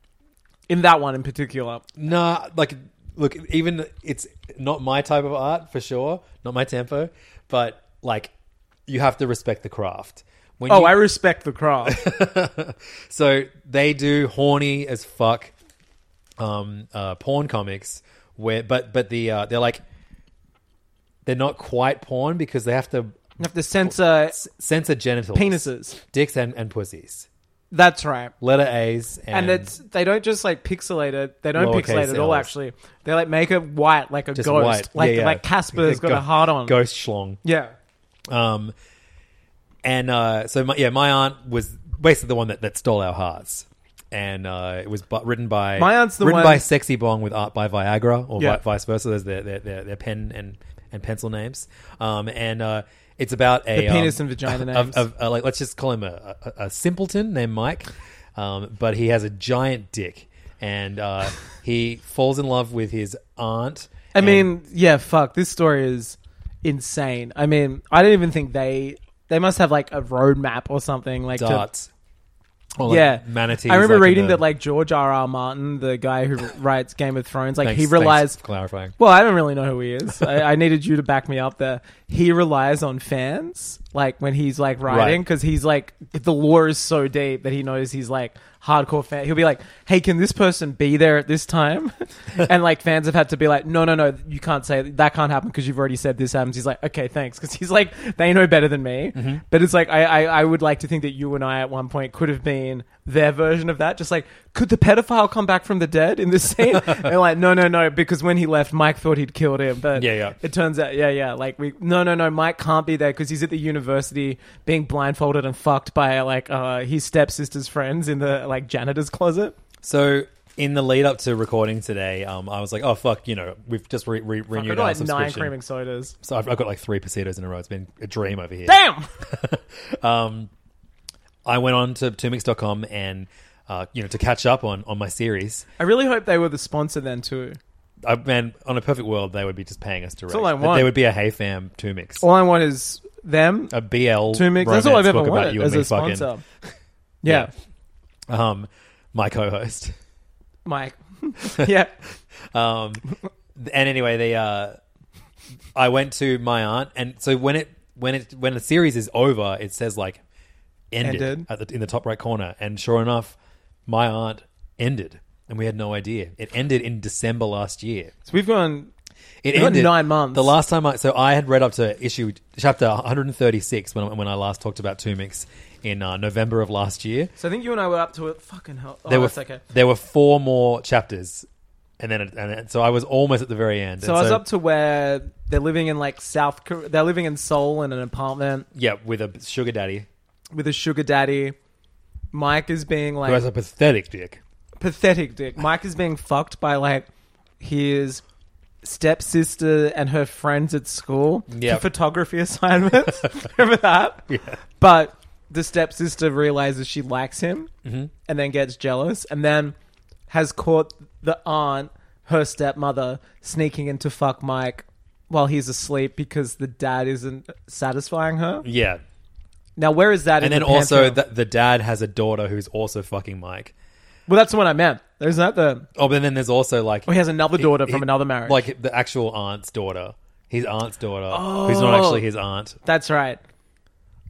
[SPEAKER 4] in that one in particular,
[SPEAKER 3] Nah, like look, even it's not my type of art for sure, not my tempo, but like you have to respect the craft. When
[SPEAKER 4] oh,
[SPEAKER 3] you-
[SPEAKER 4] I respect the craft.
[SPEAKER 3] so they do horny as fuck um, uh, porn comics where, but but the uh, they're like they're not quite porn because they have to
[SPEAKER 4] you have to censor
[SPEAKER 3] s- censor genitals,
[SPEAKER 4] penises.
[SPEAKER 3] dicks, and, and pussies.
[SPEAKER 4] That's right.
[SPEAKER 3] Letter A's and,
[SPEAKER 4] And it's they don't just like pixelate it. They don't
[SPEAKER 3] Lowercase
[SPEAKER 4] pixelate it at all.
[SPEAKER 3] Ls.
[SPEAKER 4] Actually, they like make it white, like a
[SPEAKER 3] just
[SPEAKER 4] ghost,
[SPEAKER 3] white.
[SPEAKER 4] like
[SPEAKER 3] Yeah, yeah.
[SPEAKER 4] like Casper's got a
[SPEAKER 3] Go-
[SPEAKER 4] heart on.
[SPEAKER 3] Ghost schlong.
[SPEAKER 4] Yeah,
[SPEAKER 3] Um, and uh, so my, yeah, my aunt was basically the one that, that stole our hearts, and uh, it was bu- written by
[SPEAKER 4] My aunt's the
[SPEAKER 3] written
[SPEAKER 4] one-
[SPEAKER 3] by Sexy Bong with art by Viagra or vi-
[SPEAKER 4] Yeah.
[SPEAKER 3] vice versa. There's their their, their, their pen and, and pencil names, um, and uh, it's about a
[SPEAKER 4] The penis
[SPEAKER 3] um,
[SPEAKER 4] and vagina
[SPEAKER 3] of-
[SPEAKER 4] names.
[SPEAKER 3] of- uh, like let's just call him a, a, a simpleton named Mike, um, but he has a giant dick, and uh, he falls in love with his aunt.
[SPEAKER 4] I
[SPEAKER 3] and-
[SPEAKER 4] mean, yeah, fuck. This story is insane. I mean, I don't even think they they must have like a roadmap or something like to-
[SPEAKER 3] darts. Or, like,
[SPEAKER 4] yeah,
[SPEAKER 3] manatees.
[SPEAKER 4] I remember
[SPEAKER 3] like, in
[SPEAKER 4] reading
[SPEAKER 3] the-
[SPEAKER 4] that like George R. R. Martin, the guy who writes Game of Thrones, like
[SPEAKER 3] Thanks-
[SPEAKER 4] he
[SPEAKER 3] thanks
[SPEAKER 4] relies.
[SPEAKER 3] for clarifying.
[SPEAKER 4] Well, I don't really know who he is. I, I needed you to back me up there. He relies on fans, like when he's like writing,
[SPEAKER 3] Right.
[SPEAKER 4] because he's like the lore is so deep that he knows he's like hardcore fan. He'll be like, "Hey, can this person be there at this time?" and like fans have had to be like, "No, no, no, you can't say that can't happen because you've already said this happens." He's like, "Okay, thanks," because he's like they know better than me.
[SPEAKER 3] Mm-hmm.
[SPEAKER 4] But it's like I, I I would like to think that you and I at one point could have been their version of that. Just like, could the pedophile come back from the dead in this scene? and like, no, no, no, because when he left, Mike thought he'd killed him, but
[SPEAKER 3] Yeah, yeah.
[SPEAKER 4] it turns out, yeah, yeah. Like we, no, no, no. Mike can't be there because he's at the university being blindfolded and fucked by like uh, his stepsister's friends in the like janitor's closet.
[SPEAKER 3] So in the lead up to recording today, um, I was like, oh fuck, you know, we've just re- re-
[SPEAKER 4] I
[SPEAKER 3] renewed
[SPEAKER 4] got
[SPEAKER 3] our
[SPEAKER 4] like nine
[SPEAKER 3] subscription.
[SPEAKER 4] creaming sodas.
[SPEAKER 3] so I've, I've got like three pasitos in a row. It's been a dream over here.
[SPEAKER 4] Damn.
[SPEAKER 3] I went on to tumix.com and uh, you know to catch up on on my series.
[SPEAKER 4] I really hope they were the sponsor then too.
[SPEAKER 3] I, man, on a perfect world, they would be just paying us direct.
[SPEAKER 4] all I
[SPEAKER 3] But
[SPEAKER 4] want.
[SPEAKER 3] There would be a Hey Fam Tumix,
[SPEAKER 4] All I want is them
[SPEAKER 3] a BL
[SPEAKER 4] two mix. That's all
[SPEAKER 3] romance
[SPEAKER 4] I've ever
[SPEAKER 3] book Uh, about
[SPEAKER 4] wanted
[SPEAKER 3] you and
[SPEAKER 4] as
[SPEAKER 3] me
[SPEAKER 4] a
[SPEAKER 3] fucking
[SPEAKER 4] sponsor. Yeah.
[SPEAKER 3] um, my co-host.
[SPEAKER 4] Mike. yeah.
[SPEAKER 3] Um, and anyway, they uh, I went to my aunt, and so when it when it when the series is over, it says like ended,
[SPEAKER 4] Ended.
[SPEAKER 3] At the, in the top right corner, and sure enough, my aunt ended, and we had no idea. It ended in December last year.
[SPEAKER 4] So we've gone.
[SPEAKER 3] It
[SPEAKER 4] We've got nine months.
[SPEAKER 3] The last time I so I had read up to issue chapter 136 when I- when I last talked about Tumix in uh, November of last year.
[SPEAKER 4] So I think you and I were up to it. Fucking hell. Oh,
[SPEAKER 3] There were
[SPEAKER 4] that's okay.
[SPEAKER 3] there were four more chapters. And then, it, and it, so I was almost at the very end.
[SPEAKER 4] So
[SPEAKER 3] And
[SPEAKER 4] I was up to where they're living in like South Korea. They're living in Seoul in an apartment
[SPEAKER 3] Yeah, with a sugar daddy
[SPEAKER 4] with a sugar daddy. Mike is being
[SPEAKER 3] who has
[SPEAKER 4] like
[SPEAKER 3] a pathetic dick.
[SPEAKER 4] pathetic dick. Mike is being fucked by like his stepsister and her friends at school
[SPEAKER 3] Yep.
[SPEAKER 4] for photography assignments. Remember that? Yeah. But the stepsister realizes she likes him
[SPEAKER 3] Mm-hmm.
[SPEAKER 4] and then gets jealous and then has caught the aunt, her stepmother, sneaking in to fuck Mike while he's asleep because the dad isn't satisfying her.
[SPEAKER 3] Yeah,
[SPEAKER 4] Now, where is that in
[SPEAKER 3] and then
[SPEAKER 4] the
[SPEAKER 3] also
[SPEAKER 4] pantheon?
[SPEAKER 3] the, the dad has a daughter who's also fucking Mike.
[SPEAKER 4] well, that's the one I meant. There's not the.
[SPEAKER 3] Oh, but then there's also like
[SPEAKER 4] Oh, he has another daughter from another marriage.
[SPEAKER 3] like the actual aunt's daughter, his aunt's
[SPEAKER 4] Oh.
[SPEAKER 3] daughter, who's not actually his aunt. um,
[SPEAKER 4] That's right.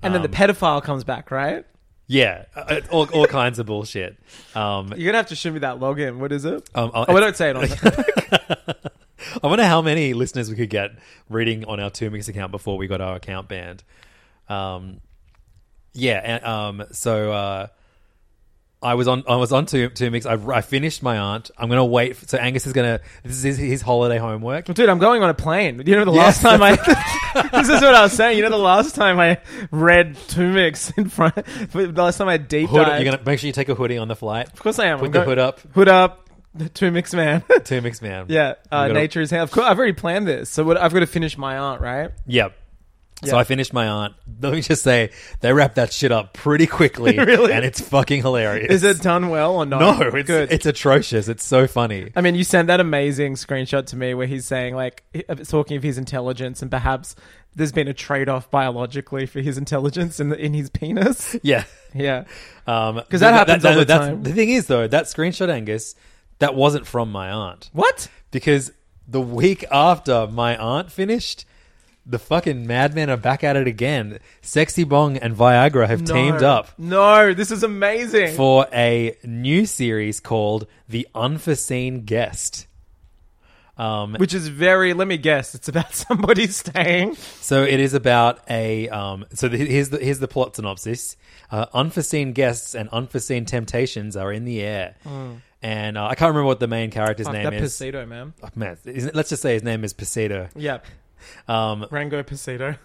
[SPEAKER 4] And then the pedophile comes back, right?
[SPEAKER 3] Yeah, uh, all, all kinds of bullshit. Um,
[SPEAKER 4] You're gonna have to show me that login. What is it?
[SPEAKER 3] Um, I'll-
[SPEAKER 4] oh, I don't say it on.
[SPEAKER 3] I wonder how many listeners we could get reading on our Two Mix account before we got our account banned. Um, yeah, and um, so uh, I was on I was on Two, Two Mix. I, I finished my aunt. I'm gonna wait. For, so Angus is gonna this is his, his holiday homework.
[SPEAKER 4] Dude, I'm going on a plane. You know the
[SPEAKER 3] Yes,
[SPEAKER 4] last time I. this is what I was saying. You know the last time I read two mix in front. The last time I deep
[SPEAKER 3] Hood,
[SPEAKER 4] dive.
[SPEAKER 3] you're gonna make sure you take a hoodie on the flight.
[SPEAKER 4] Of course I am.
[SPEAKER 3] Put
[SPEAKER 4] I'm
[SPEAKER 3] the
[SPEAKER 4] going-
[SPEAKER 3] hood up.
[SPEAKER 4] Hood up. Two mix man.
[SPEAKER 3] Two Mix man.
[SPEAKER 4] yeah, uh,
[SPEAKER 3] You gotta-
[SPEAKER 4] nature is hand. Of course, I've already planned this. So what, I've got to finish my aunt, right?
[SPEAKER 3] Yep. So
[SPEAKER 4] Yeah.
[SPEAKER 3] I finished my aunt. Let me just say they wrap that shit up pretty quickly,
[SPEAKER 4] Really?
[SPEAKER 3] and it's fucking hilarious.
[SPEAKER 4] Is it done well or not?
[SPEAKER 3] No, it's
[SPEAKER 4] good.
[SPEAKER 3] it's atrocious. It's so funny.
[SPEAKER 4] I mean, you sent that amazing screenshot to me where he's saying, like, he- uh, talking of his intelligence and perhaps there's been a trade off biologically for his intelligence in, the, in his penis.
[SPEAKER 3] Yeah.
[SPEAKER 4] Yeah.
[SPEAKER 3] Um,
[SPEAKER 4] 'Cause that happens all the
[SPEAKER 3] that's-
[SPEAKER 4] time.
[SPEAKER 3] The thing is, though, that screenshot, Angus, that wasn't from my aunt.
[SPEAKER 4] What?
[SPEAKER 3] Because the week after my aunt finished, the fucking madmen are back at it again. Sexy Bong and Viagra have teamed
[SPEAKER 4] No.
[SPEAKER 3] up
[SPEAKER 4] No, this is amazing.
[SPEAKER 3] for a new series called The Unforeseen Guest. Um,
[SPEAKER 4] Which is very, let me guess, it's about somebody staying.
[SPEAKER 3] So it is about a. Um, so the, here's the here's the plot synopsis: uh, unforeseen guests and unforeseen temptations are in the air, and uh, I can't remember what the main character's
[SPEAKER 4] Mm. Fuck,
[SPEAKER 3] name
[SPEAKER 4] that
[SPEAKER 3] is.
[SPEAKER 4] Pasito, man.
[SPEAKER 3] Oh, man, isn't it- let's just say his name is Pasito.
[SPEAKER 4] Yeah.
[SPEAKER 3] Um,
[SPEAKER 4] Rango Pasito.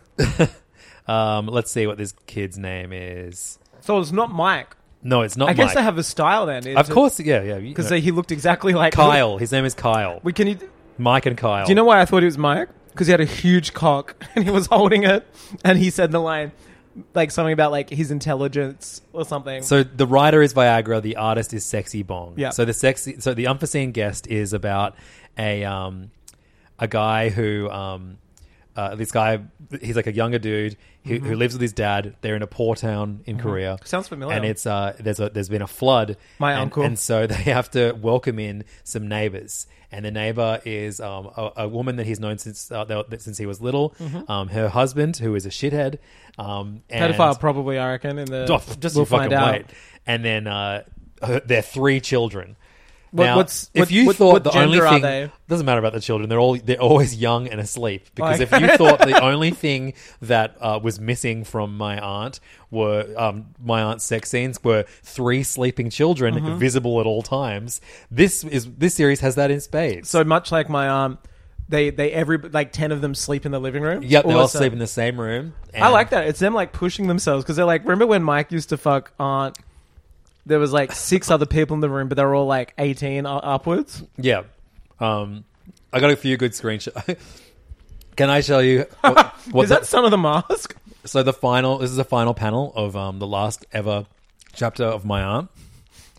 [SPEAKER 3] um, let's see what this kid's name is.
[SPEAKER 4] So it's not Mike.
[SPEAKER 3] No, it's not.
[SPEAKER 4] I guess
[SPEAKER 3] Mike.
[SPEAKER 4] they have a style then.
[SPEAKER 3] Of course, yeah, yeah. you
[SPEAKER 4] Because
[SPEAKER 3] know.
[SPEAKER 4] he looked exactly like
[SPEAKER 3] Kyle. His name is Kyle.
[SPEAKER 4] We can. you- Do
[SPEAKER 3] Mike and Kyle.
[SPEAKER 4] you know why I thought it was Mike? Because he had a huge cock and he was holding it, and he said the line, like something about like his intelligence or something.
[SPEAKER 3] So the writer is Viagra, the artist is Sexy Bong.
[SPEAKER 4] Yeah.
[SPEAKER 3] So the sexy, so the unforeseen guest is about a um, a guy who um, uh, this guy he's like a younger dude who, who lives with his dad. They're in a poor town in Korea.
[SPEAKER 4] Mm-hmm. Sounds familiar.
[SPEAKER 3] And it's uh, there's a there's been a flood.
[SPEAKER 4] My
[SPEAKER 3] and,
[SPEAKER 4] uncle.
[SPEAKER 3] and so they have to welcome in some neighbors. And the neighbor is um, a, a woman that he's known since uh, they- since he was little. Um, her husband, who is a shithead, um, and
[SPEAKER 4] Mm-hmm. Pedophile, probably, I reckon. In the
[SPEAKER 3] Oh, f- just
[SPEAKER 4] we'll
[SPEAKER 3] you fucking
[SPEAKER 4] find out.
[SPEAKER 3] wait. And then uh, her, their three children.
[SPEAKER 4] What-
[SPEAKER 3] now,
[SPEAKER 4] what's-
[SPEAKER 3] if
[SPEAKER 4] what-
[SPEAKER 3] you
[SPEAKER 4] what-
[SPEAKER 3] thought
[SPEAKER 4] what
[SPEAKER 3] the only
[SPEAKER 4] gender are
[SPEAKER 3] thing
[SPEAKER 4] they?
[SPEAKER 3] doesn't matter about the children, they're all they're always young and asleep. Because
[SPEAKER 4] Like-
[SPEAKER 3] if you thought the only thing that uh, was missing from my aunt were um, my aunt's sex scenes were three sleeping children
[SPEAKER 4] Mm-hmm.
[SPEAKER 3] visible at all times. This is this series has that in spades.
[SPEAKER 4] So much like my um, they they every like ten of them sleep in the living room.
[SPEAKER 3] yep, they all
[SPEAKER 4] Also-
[SPEAKER 3] sleep in the same room.
[SPEAKER 4] I like that. It's them like pushing themselves because they're like, remember when Mike used to fuck aunt? There was like six other people in the room, but they were all like eighteen u- upwards.
[SPEAKER 3] Yeah. Um, I got a few good screenshots. Can I show you what, what
[SPEAKER 4] Is that son of the mask?
[SPEAKER 3] so the final this is the final panel of um, the last ever chapter of my aunt.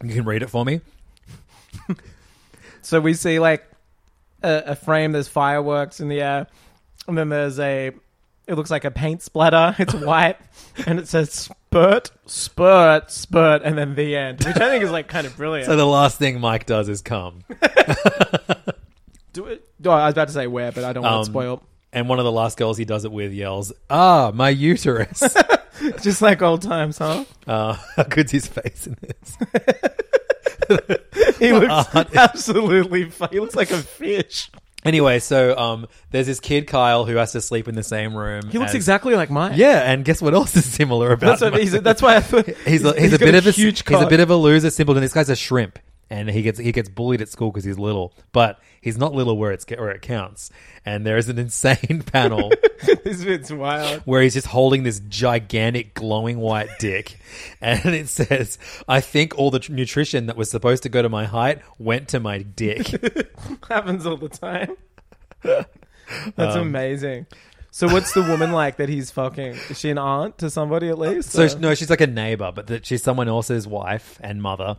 [SPEAKER 3] You can read it for me.
[SPEAKER 4] So we see like a, a frame. There's fireworks in the air, and then there's a. It looks like a paint splatter. It's white, and it says spurt, spurt, spurt, and then the end, which I think is like kind of brilliant.
[SPEAKER 3] So the last thing Mike does is come.
[SPEAKER 4] Do it- oh, I was about to say where, but I don't
[SPEAKER 3] Um,
[SPEAKER 4] want to spoil.
[SPEAKER 3] And one of the last girls he does it with yells, "Ah, my uterus!"
[SPEAKER 4] Just like old times, huh?
[SPEAKER 3] uh, how good's his face in this?
[SPEAKER 4] He looks
[SPEAKER 3] Uh,
[SPEAKER 4] absolutely. Fu- he looks like a fish.
[SPEAKER 3] Anyway, so um, there's this kid Kyle who has to sleep in the same room.
[SPEAKER 4] He looks
[SPEAKER 3] as-
[SPEAKER 4] exactly like mine.
[SPEAKER 3] Yeah, and guess what else is similar about?
[SPEAKER 4] that's what,
[SPEAKER 3] Mike?
[SPEAKER 4] he's, that's why I thought
[SPEAKER 3] he's a, he's, a
[SPEAKER 4] got
[SPEAKER 3] bit of a
[SPEAKER 4] huge.
[SPEAKER 3] he's a
[SPEAKER 4] cock.
[SPEAKER 3] bit of a loser simpleton. This guy's a shrimp, and he gets he gets bullied at school because he's little, but he's not little where it's where it counts. And there is an insane panel
[SPEAKER 4] This bit's wild.
[SPEAKER 3] where he's just holding this gigantic glowing white dick, and it says, "I think all the tr- nutrition that was supposed to go to my height went to my dick."
[SPEAKER 4] happens all the time. That's
[SPEAKER 3] Um,
[SPEAKER 4] amazing. So what's the woman like that he's fucking? Is she an aunt to somebody at least?
[SPEAKER 3] so
[SPEAKER 4] or-
[SPEAKER 3] sh- no, she's like a neighbor, but that she's someone else's wife and mother.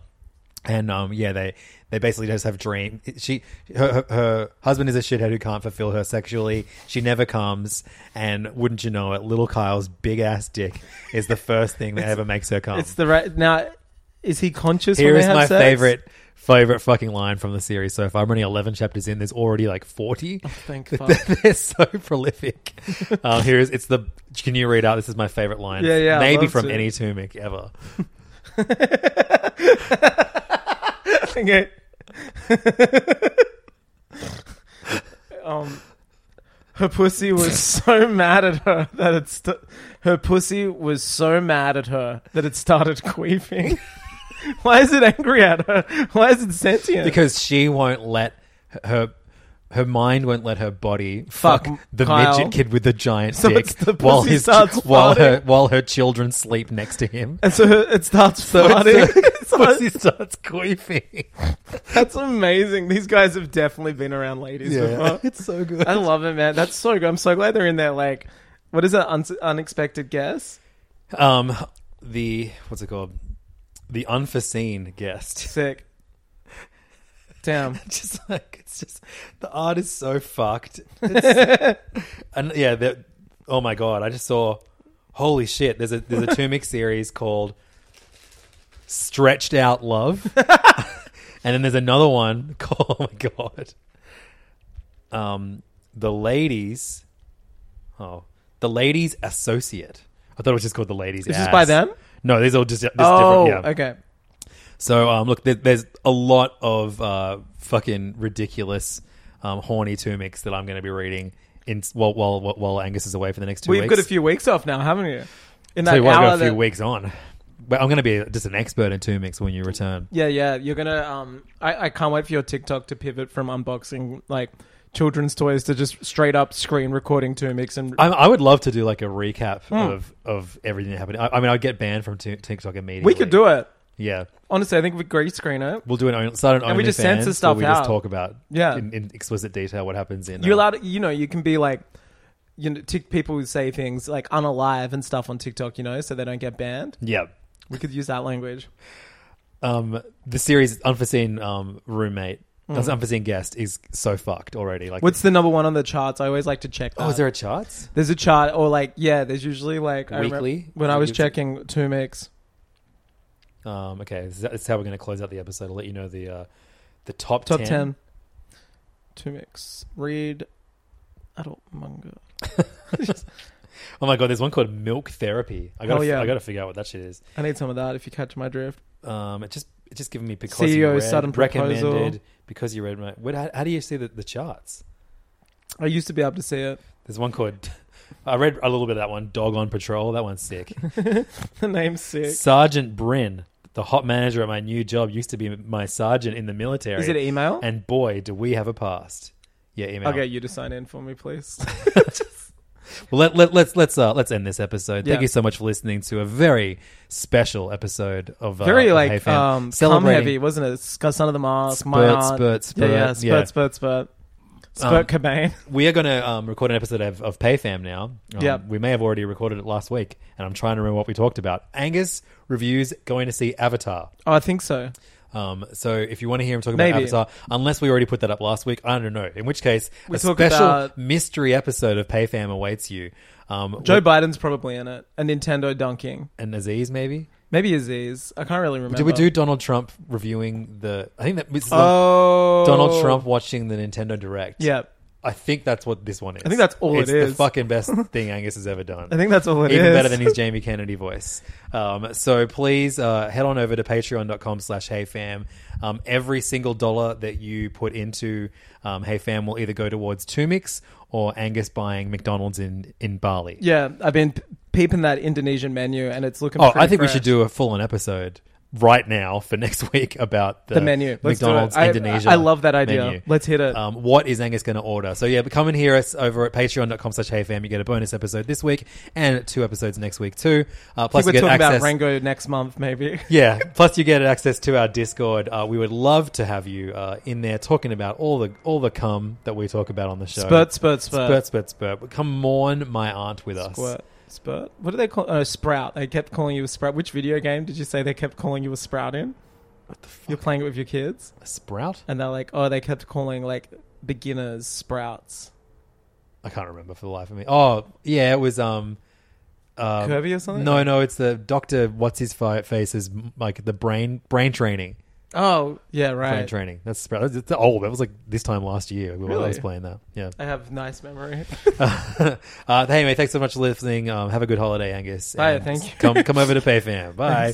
[SPEAKER 3] And um, yeah, they they basically just have dream. She her, her her husband is a shithead who can't fulfill her sexually. She never comes, and wouldn't you know it, little Kyle's big ass dick is the first thing that ever makes her come.
[SPEAKER 4] it's the right now. Is he conscious?
[SPEAKER 3] Here
[SPEAKER 4] when
[SPEAKER 3] is
[SPEAKER 4] they have
[SPEAKER 3] my
[SPEAKER 4] sex?
[SPEAKER 3] favorite favorite fucking line from the series so far. I'm only 11 chapters in. There's already like 40.
[SPEAKER 4] Oh, thank
[SPEAKER 3] They're-
[SPEAKER 4] fuck.
[SPEAKER 3] They're so prolific. um, here is it's the. Can you read out? This is my favorite line.
[SPEAKER 4] Yeah, yeah, I'd
[SPEAKER 3] Maybe
[SPEAKER 4] love
[SPEAKER 3] from
[SPEAKER 4] to.
[SPEAKER 3] any Tumic ever.
[SPEAKER 4] Okay. um, her pussy was so mad at her that it st- her pussy was so mad at her that it started queefing. Why is it angry at her? Why is it sentient?
[SPEAKER 3] because she won't let her her mind won't let her body fuck,
[SPEAKER 4] Fuck
[SPEAKER 3] the
[SPEAKER 4] Kyle.
[SPEAKER 3] midget kid with the giant
[SPEAKER 4] So
[SPEAKER 3] dick
[SPEAKER 4] it's the
[SPEAKER 3] while
[SPEAKER 4] pussy
[SPEAKER 3] his
[SPEAKER 4] starts
[SPEAKER 3] while her
[SPEAKER 4] farting.
[SPEAKER 3] while her children sleep next to him.
[SPEAKER 4] and so her, it starts
[SPEAKER 3] So
[SPEAKER 4] farting.
[SPEAKER 3] it's,
[SPEAKER 4] So
[SPEAKER 3] uh, pussy starts queefing.
[SPEAKER 4] That's amazing. These guys have definitely been around ladies before.
[SPEAKER 3] it's so good.
[SPEAKER 4] I love it, man. That's so good. I'm so glad they're in there. Like, what is that un- unexpected guess?
[SPEAKER 3] Um, the what's it called? The unforeseen guest.
[SPEAKER 4] Sick. Damn.
[SPEAKER 3] just like it's just the art is so fucked. It's- and yeah, the, oh my god, I just saw. Holy shit! There's a there's a Tumic series called Stretched Out Love, and then there's another one called Oh my god, um, the ladies. Oh, the ladies associate. I thought it was just called the ladies.
[SPEAKER 4] Is this by
[SPEAKER 3] Ass.
[SPEAKER 4] them?
[SPEAKER 3] No, these are all just, just
[SPEAKER 4] oh,
[SPEAKER 3] different. Yeah.
[SPEAKER 4] okay.
[SPEAKER 3] So, um, look, there, there's a lot of uh, fucking ridiculous, um, horny tumics that I'm going to be reading in while, while while while Angus is away for the next 2
[SPEAKER 4] We've
[SPEAKER 3] weeks.
[SPEAKER 4] got a few weeks off now, haven't you? In
[SPEAKER 3] Tell you what, I've got a few
[SPEAKER 4] that-
[SPEAKER 3] weeks on. But I'm going to be just an expert in tumics when you return.
[SPEAKER 4] Yeah, yeah. You're gonna. Um, I, I can't wait for your TikTok to pivot from unboxing like children's toys to just straight up screen recording to mix and.
[SPEAKER 3] I, I would love to do like a recap
[SPEAKER 4] Hmm.
[SPEAKER 3] of of everything that happened. I, I mean, I'd get banned from Tu- TikTok immediately.
[SPEAKER 4] we could do it.
[SPEAKER 3] Yeah,
[SPEAKER 4] Honestly, I think we green screen it.
[SPEAKER 3] we'll do an own, start an
[SPEAKER 4] And we just
[SPEAKER 3] OnlyFans
[SPEAKER 4] censor
[SPEAKER 3] where
[SPEAKER 4] stuff
[SPEAKER 3] We just
[SPEAKER 4] out.
[SPEAKER 3] talk about
[SPEAKER 4] Yeah.
[SPEAKER 3] in, in explicit detail what happens in.
[SPEAKER 4] You're
[SPEAKER 3] uh,
[SPEAKER 4] allowed. You know, you can be like, you know, tick people who say things like unalive and stuff on TikTok. You know, so they don't get banned.
[SPEAKER 3] yeah.
[SPEAKER 4] We could use that language.
[SPEAKER 3] um, the series unforeseen um, roommate, unforeseen guest is so fucked already. Like,
[SPEAKER 4] Hmm. What's uh, the number one on the charts? I always like to check. That.
[SPEAKER 3] oh, is there a charts?
[SPEAKER 4] There's a chart, or like, yeah, there's usually like I remember
[SPEAKER 3] Weekly?
[SPEAKER 4] when I
[SPEAKER 3] Like,
[SPEAKER 4] was
[SPEAKER 3] it's-
[SPEAKER 4] checking two mix.
[SPEAKER 3] Um, okay, this is, this is how we're going to close out the episode. I'll let you know the uh, the top
[SPEAKER 4] Top 10. Two mix. Read adult manga.
[SPEAKER 3] Oh my god, there's one called Milk Therapy. I got
[SPEAKER 4] Oh,
[SPEAKER 3] to
[SPEAKER 4] yeah.
[SPEAKER 3] I got to figure out what that shit is.
[SPEAKER 4] I need some of that if you catch my drift.
[SPEAKER 3] Um, it just it's just giving me because
[SPEAKER 4] CEO
[SPEAKER 3] you read,
[SPEAKER 4] E sudden proposal.
[SPEAKER 3] recommended because you read my. What, how, how do you see the, the charts?
[SPEAKER 4] I used to be able to see it.
[SPEAKER 3] There's one called. I read a little bit of that one. Dog on Patrol. That one's sick.
[SPEAKER 4] The name's sick.
[SPEAKER 3] Sergeant Bryn, the hot manager at my new job, used to be my sergeant in the military.
[SPEAKER 4] Is it email?
[SPEAKER 3] And boy, do we have a past. Yeah, email.
[SPEAKER 4] I'll get you to sign in for me, please.
[SPEAKER 3] Well, let, let, let's let's uh, let's end this episode.
[SPEAKER 4] Yeah.
[SPEAKER 3] Thank you so much for listening to a very special episode of uh,
[SPEAKER 4] Very
[SPEAKER 3] of
[SPEAKER 4] like
[SPEAKER 3] Hey Fam.
[SPEAKER 4] um, cum
[SPEAKER 3] Celebrating-
[SPEAKER 4] heavy, wasn't it? Sc- Son of the Mask, my
[SPEAKER 3] Spurt,
[SPEAKER 4] aunt.
[SPEAKER 3] spurt, spurt,
[SPEAKER 4] Yeah, yeah, spurt,
[SPEAKER 3] yeah.
[SPEAKER 4] spurt, spurt.
[SPEAKER 3] Um,
[SPEAKER 4] Spurt Cobain.
[SPEAKER 3] We are going to um, record an episode of, of PayFam now. Um,
[SPEAKER 4] Yep.
[SPEAKER 3] We may have already recorded it last week, and I'm trying to remember what we talked about. Angus reviews going to see Avatar.
[SPEAKER 4] Oh, I think so.
[SPEAKER 3] Um, so if you want to hear him talk
[SPEAKER 4] Maybe.
[SPEAKER 3] about Avatar, unless we already put that up last week, I don't know. In which case,
[SPEAKER 4] We
[SPEAKER 3] a
[SPEAKER 4] talk
[SPEAKER 3] special
[SPEAKER 4] about-
[SPEAKER 3] mystery episode of PayFam awaits you. Um,
[SPEAKER 4] Joe
[SPEAKER 3] with-
[SPEAKER 4] Biden's probably in it. A Nintendo dunking.
[SPEAKER 3] and Aziz maybe.
[SPEAKER 4] Maybe Aziz. I can't really remember.
[SPEAKER 3] Did we do Donald Trump reviewing the? I think that this is on
[SPEAKER 4] Oh,
[SPEAKER 3] Donald Trump watching the Nintendo Direct.
[SPEAKER 4] Yeah,
[SPEAKER 3] I think that's what this one is.
[SPEAKER 4] I think that's all
[SPEAKER 3] it's
[SPEAKER 4] it
[SPEAKER 3] The
[SPEAKER 4] is.
[SPEAKER 3] fucking best thing Angus has ever done.
[SPEAKER 4] I think that's all it is.
[SPEAKER 3] even better than his Jamie Kennedy voice. Um, so please uh, head on over to patreon.com slash heyfam. Um, every single dollar that you put into um, heyfam will either go towards Tumix or Angus buying McDonald's in, in Bali.
[SPEAKER 4] Yeah, I've been p- peeping that Indonesian menu, and it's looking.
[SPEAKER 3] oh,
[SPEAKER 4] pretty
[SPEAKER 3] I think we
[SPEAKER 4] fresh.
[SPEAKER 3] should do a full-on episode right now for next week about the,
[SPEAKER 4] The menu. Let's do it.
[SPEAKER 3] McDonald's
[SPEAKER 4] I-
[SPEAKER 3] Indonesia.
[SPEAKER 4] I love that idea.
[SPEAKER 3] menu.
[SPEAKER 4] Let's hit it.
[SPEAKER 3] Um, what is Angus going to order? So yeah, but come and hear us over at patreon.com slash heyfam. You get a bonus episode this week and two episodes next week too. Uh,
[SPEAKER 4] I
[SPEAKER 3] plus
[SPEAKER 4] think we're
[SPEAKER 3] you get
[SPEAKER 4] talking about
[SPEAKER 3] access...
[SPEAKER 4] Rango next month, maybe.
[SPEAKER 3] Yeah. Plus, you get access to our Discord. Uh, we would love to have you uh, in there talking about all the all the cum that we talk about on the show.
[SPEAKER 4] Spurt, spurt, spurt.
[SPEAKER 3] spurt, spurt, spurt. Come mourn my aunt with us.
[SPEAKER 4] Squirt, spurt. What do they call? Oh, sprout. They kept calling you a sprout. Which video game did you say they kept calling you a sprout in? What the fuck? You're playing it with your kids,
[SPEAKER 3] A sprout?
[SPEAKER 4] and they're like, oh, they kept calling like beginners sprouts,
[SPEAKER 3] I can't remember for the life of me. Oh, yeah, it was um.
[SPEAKER 4] Um,
[SPEAKER 3] Uh,
[SPEAKER 4] curvy or something.
[SPEAKER 3] No, no, it's the doctor. What's his fi- face? Is m- like the brain brain training.
[SPEAKER 4] Oh, yeah, right.
[SPEAKER 3] Flame training. That's, that's that's old. That was like this time last year. We were
[SPEAKER 4] Really?
[SPEAKER 3] I was playing that. Yeah.
[SPEAKER 4] I have nice memory.
[SPEAKER 3] uh, hey, anyway, thanks so much for listening. Um, have a good holiday, Angus.
[SPEAKER 4] Bye,
[SPEAKER 3] and
[SPEAKER 4] thank you.
[SPEAKER 3] Come, come over to PayFam. Bye.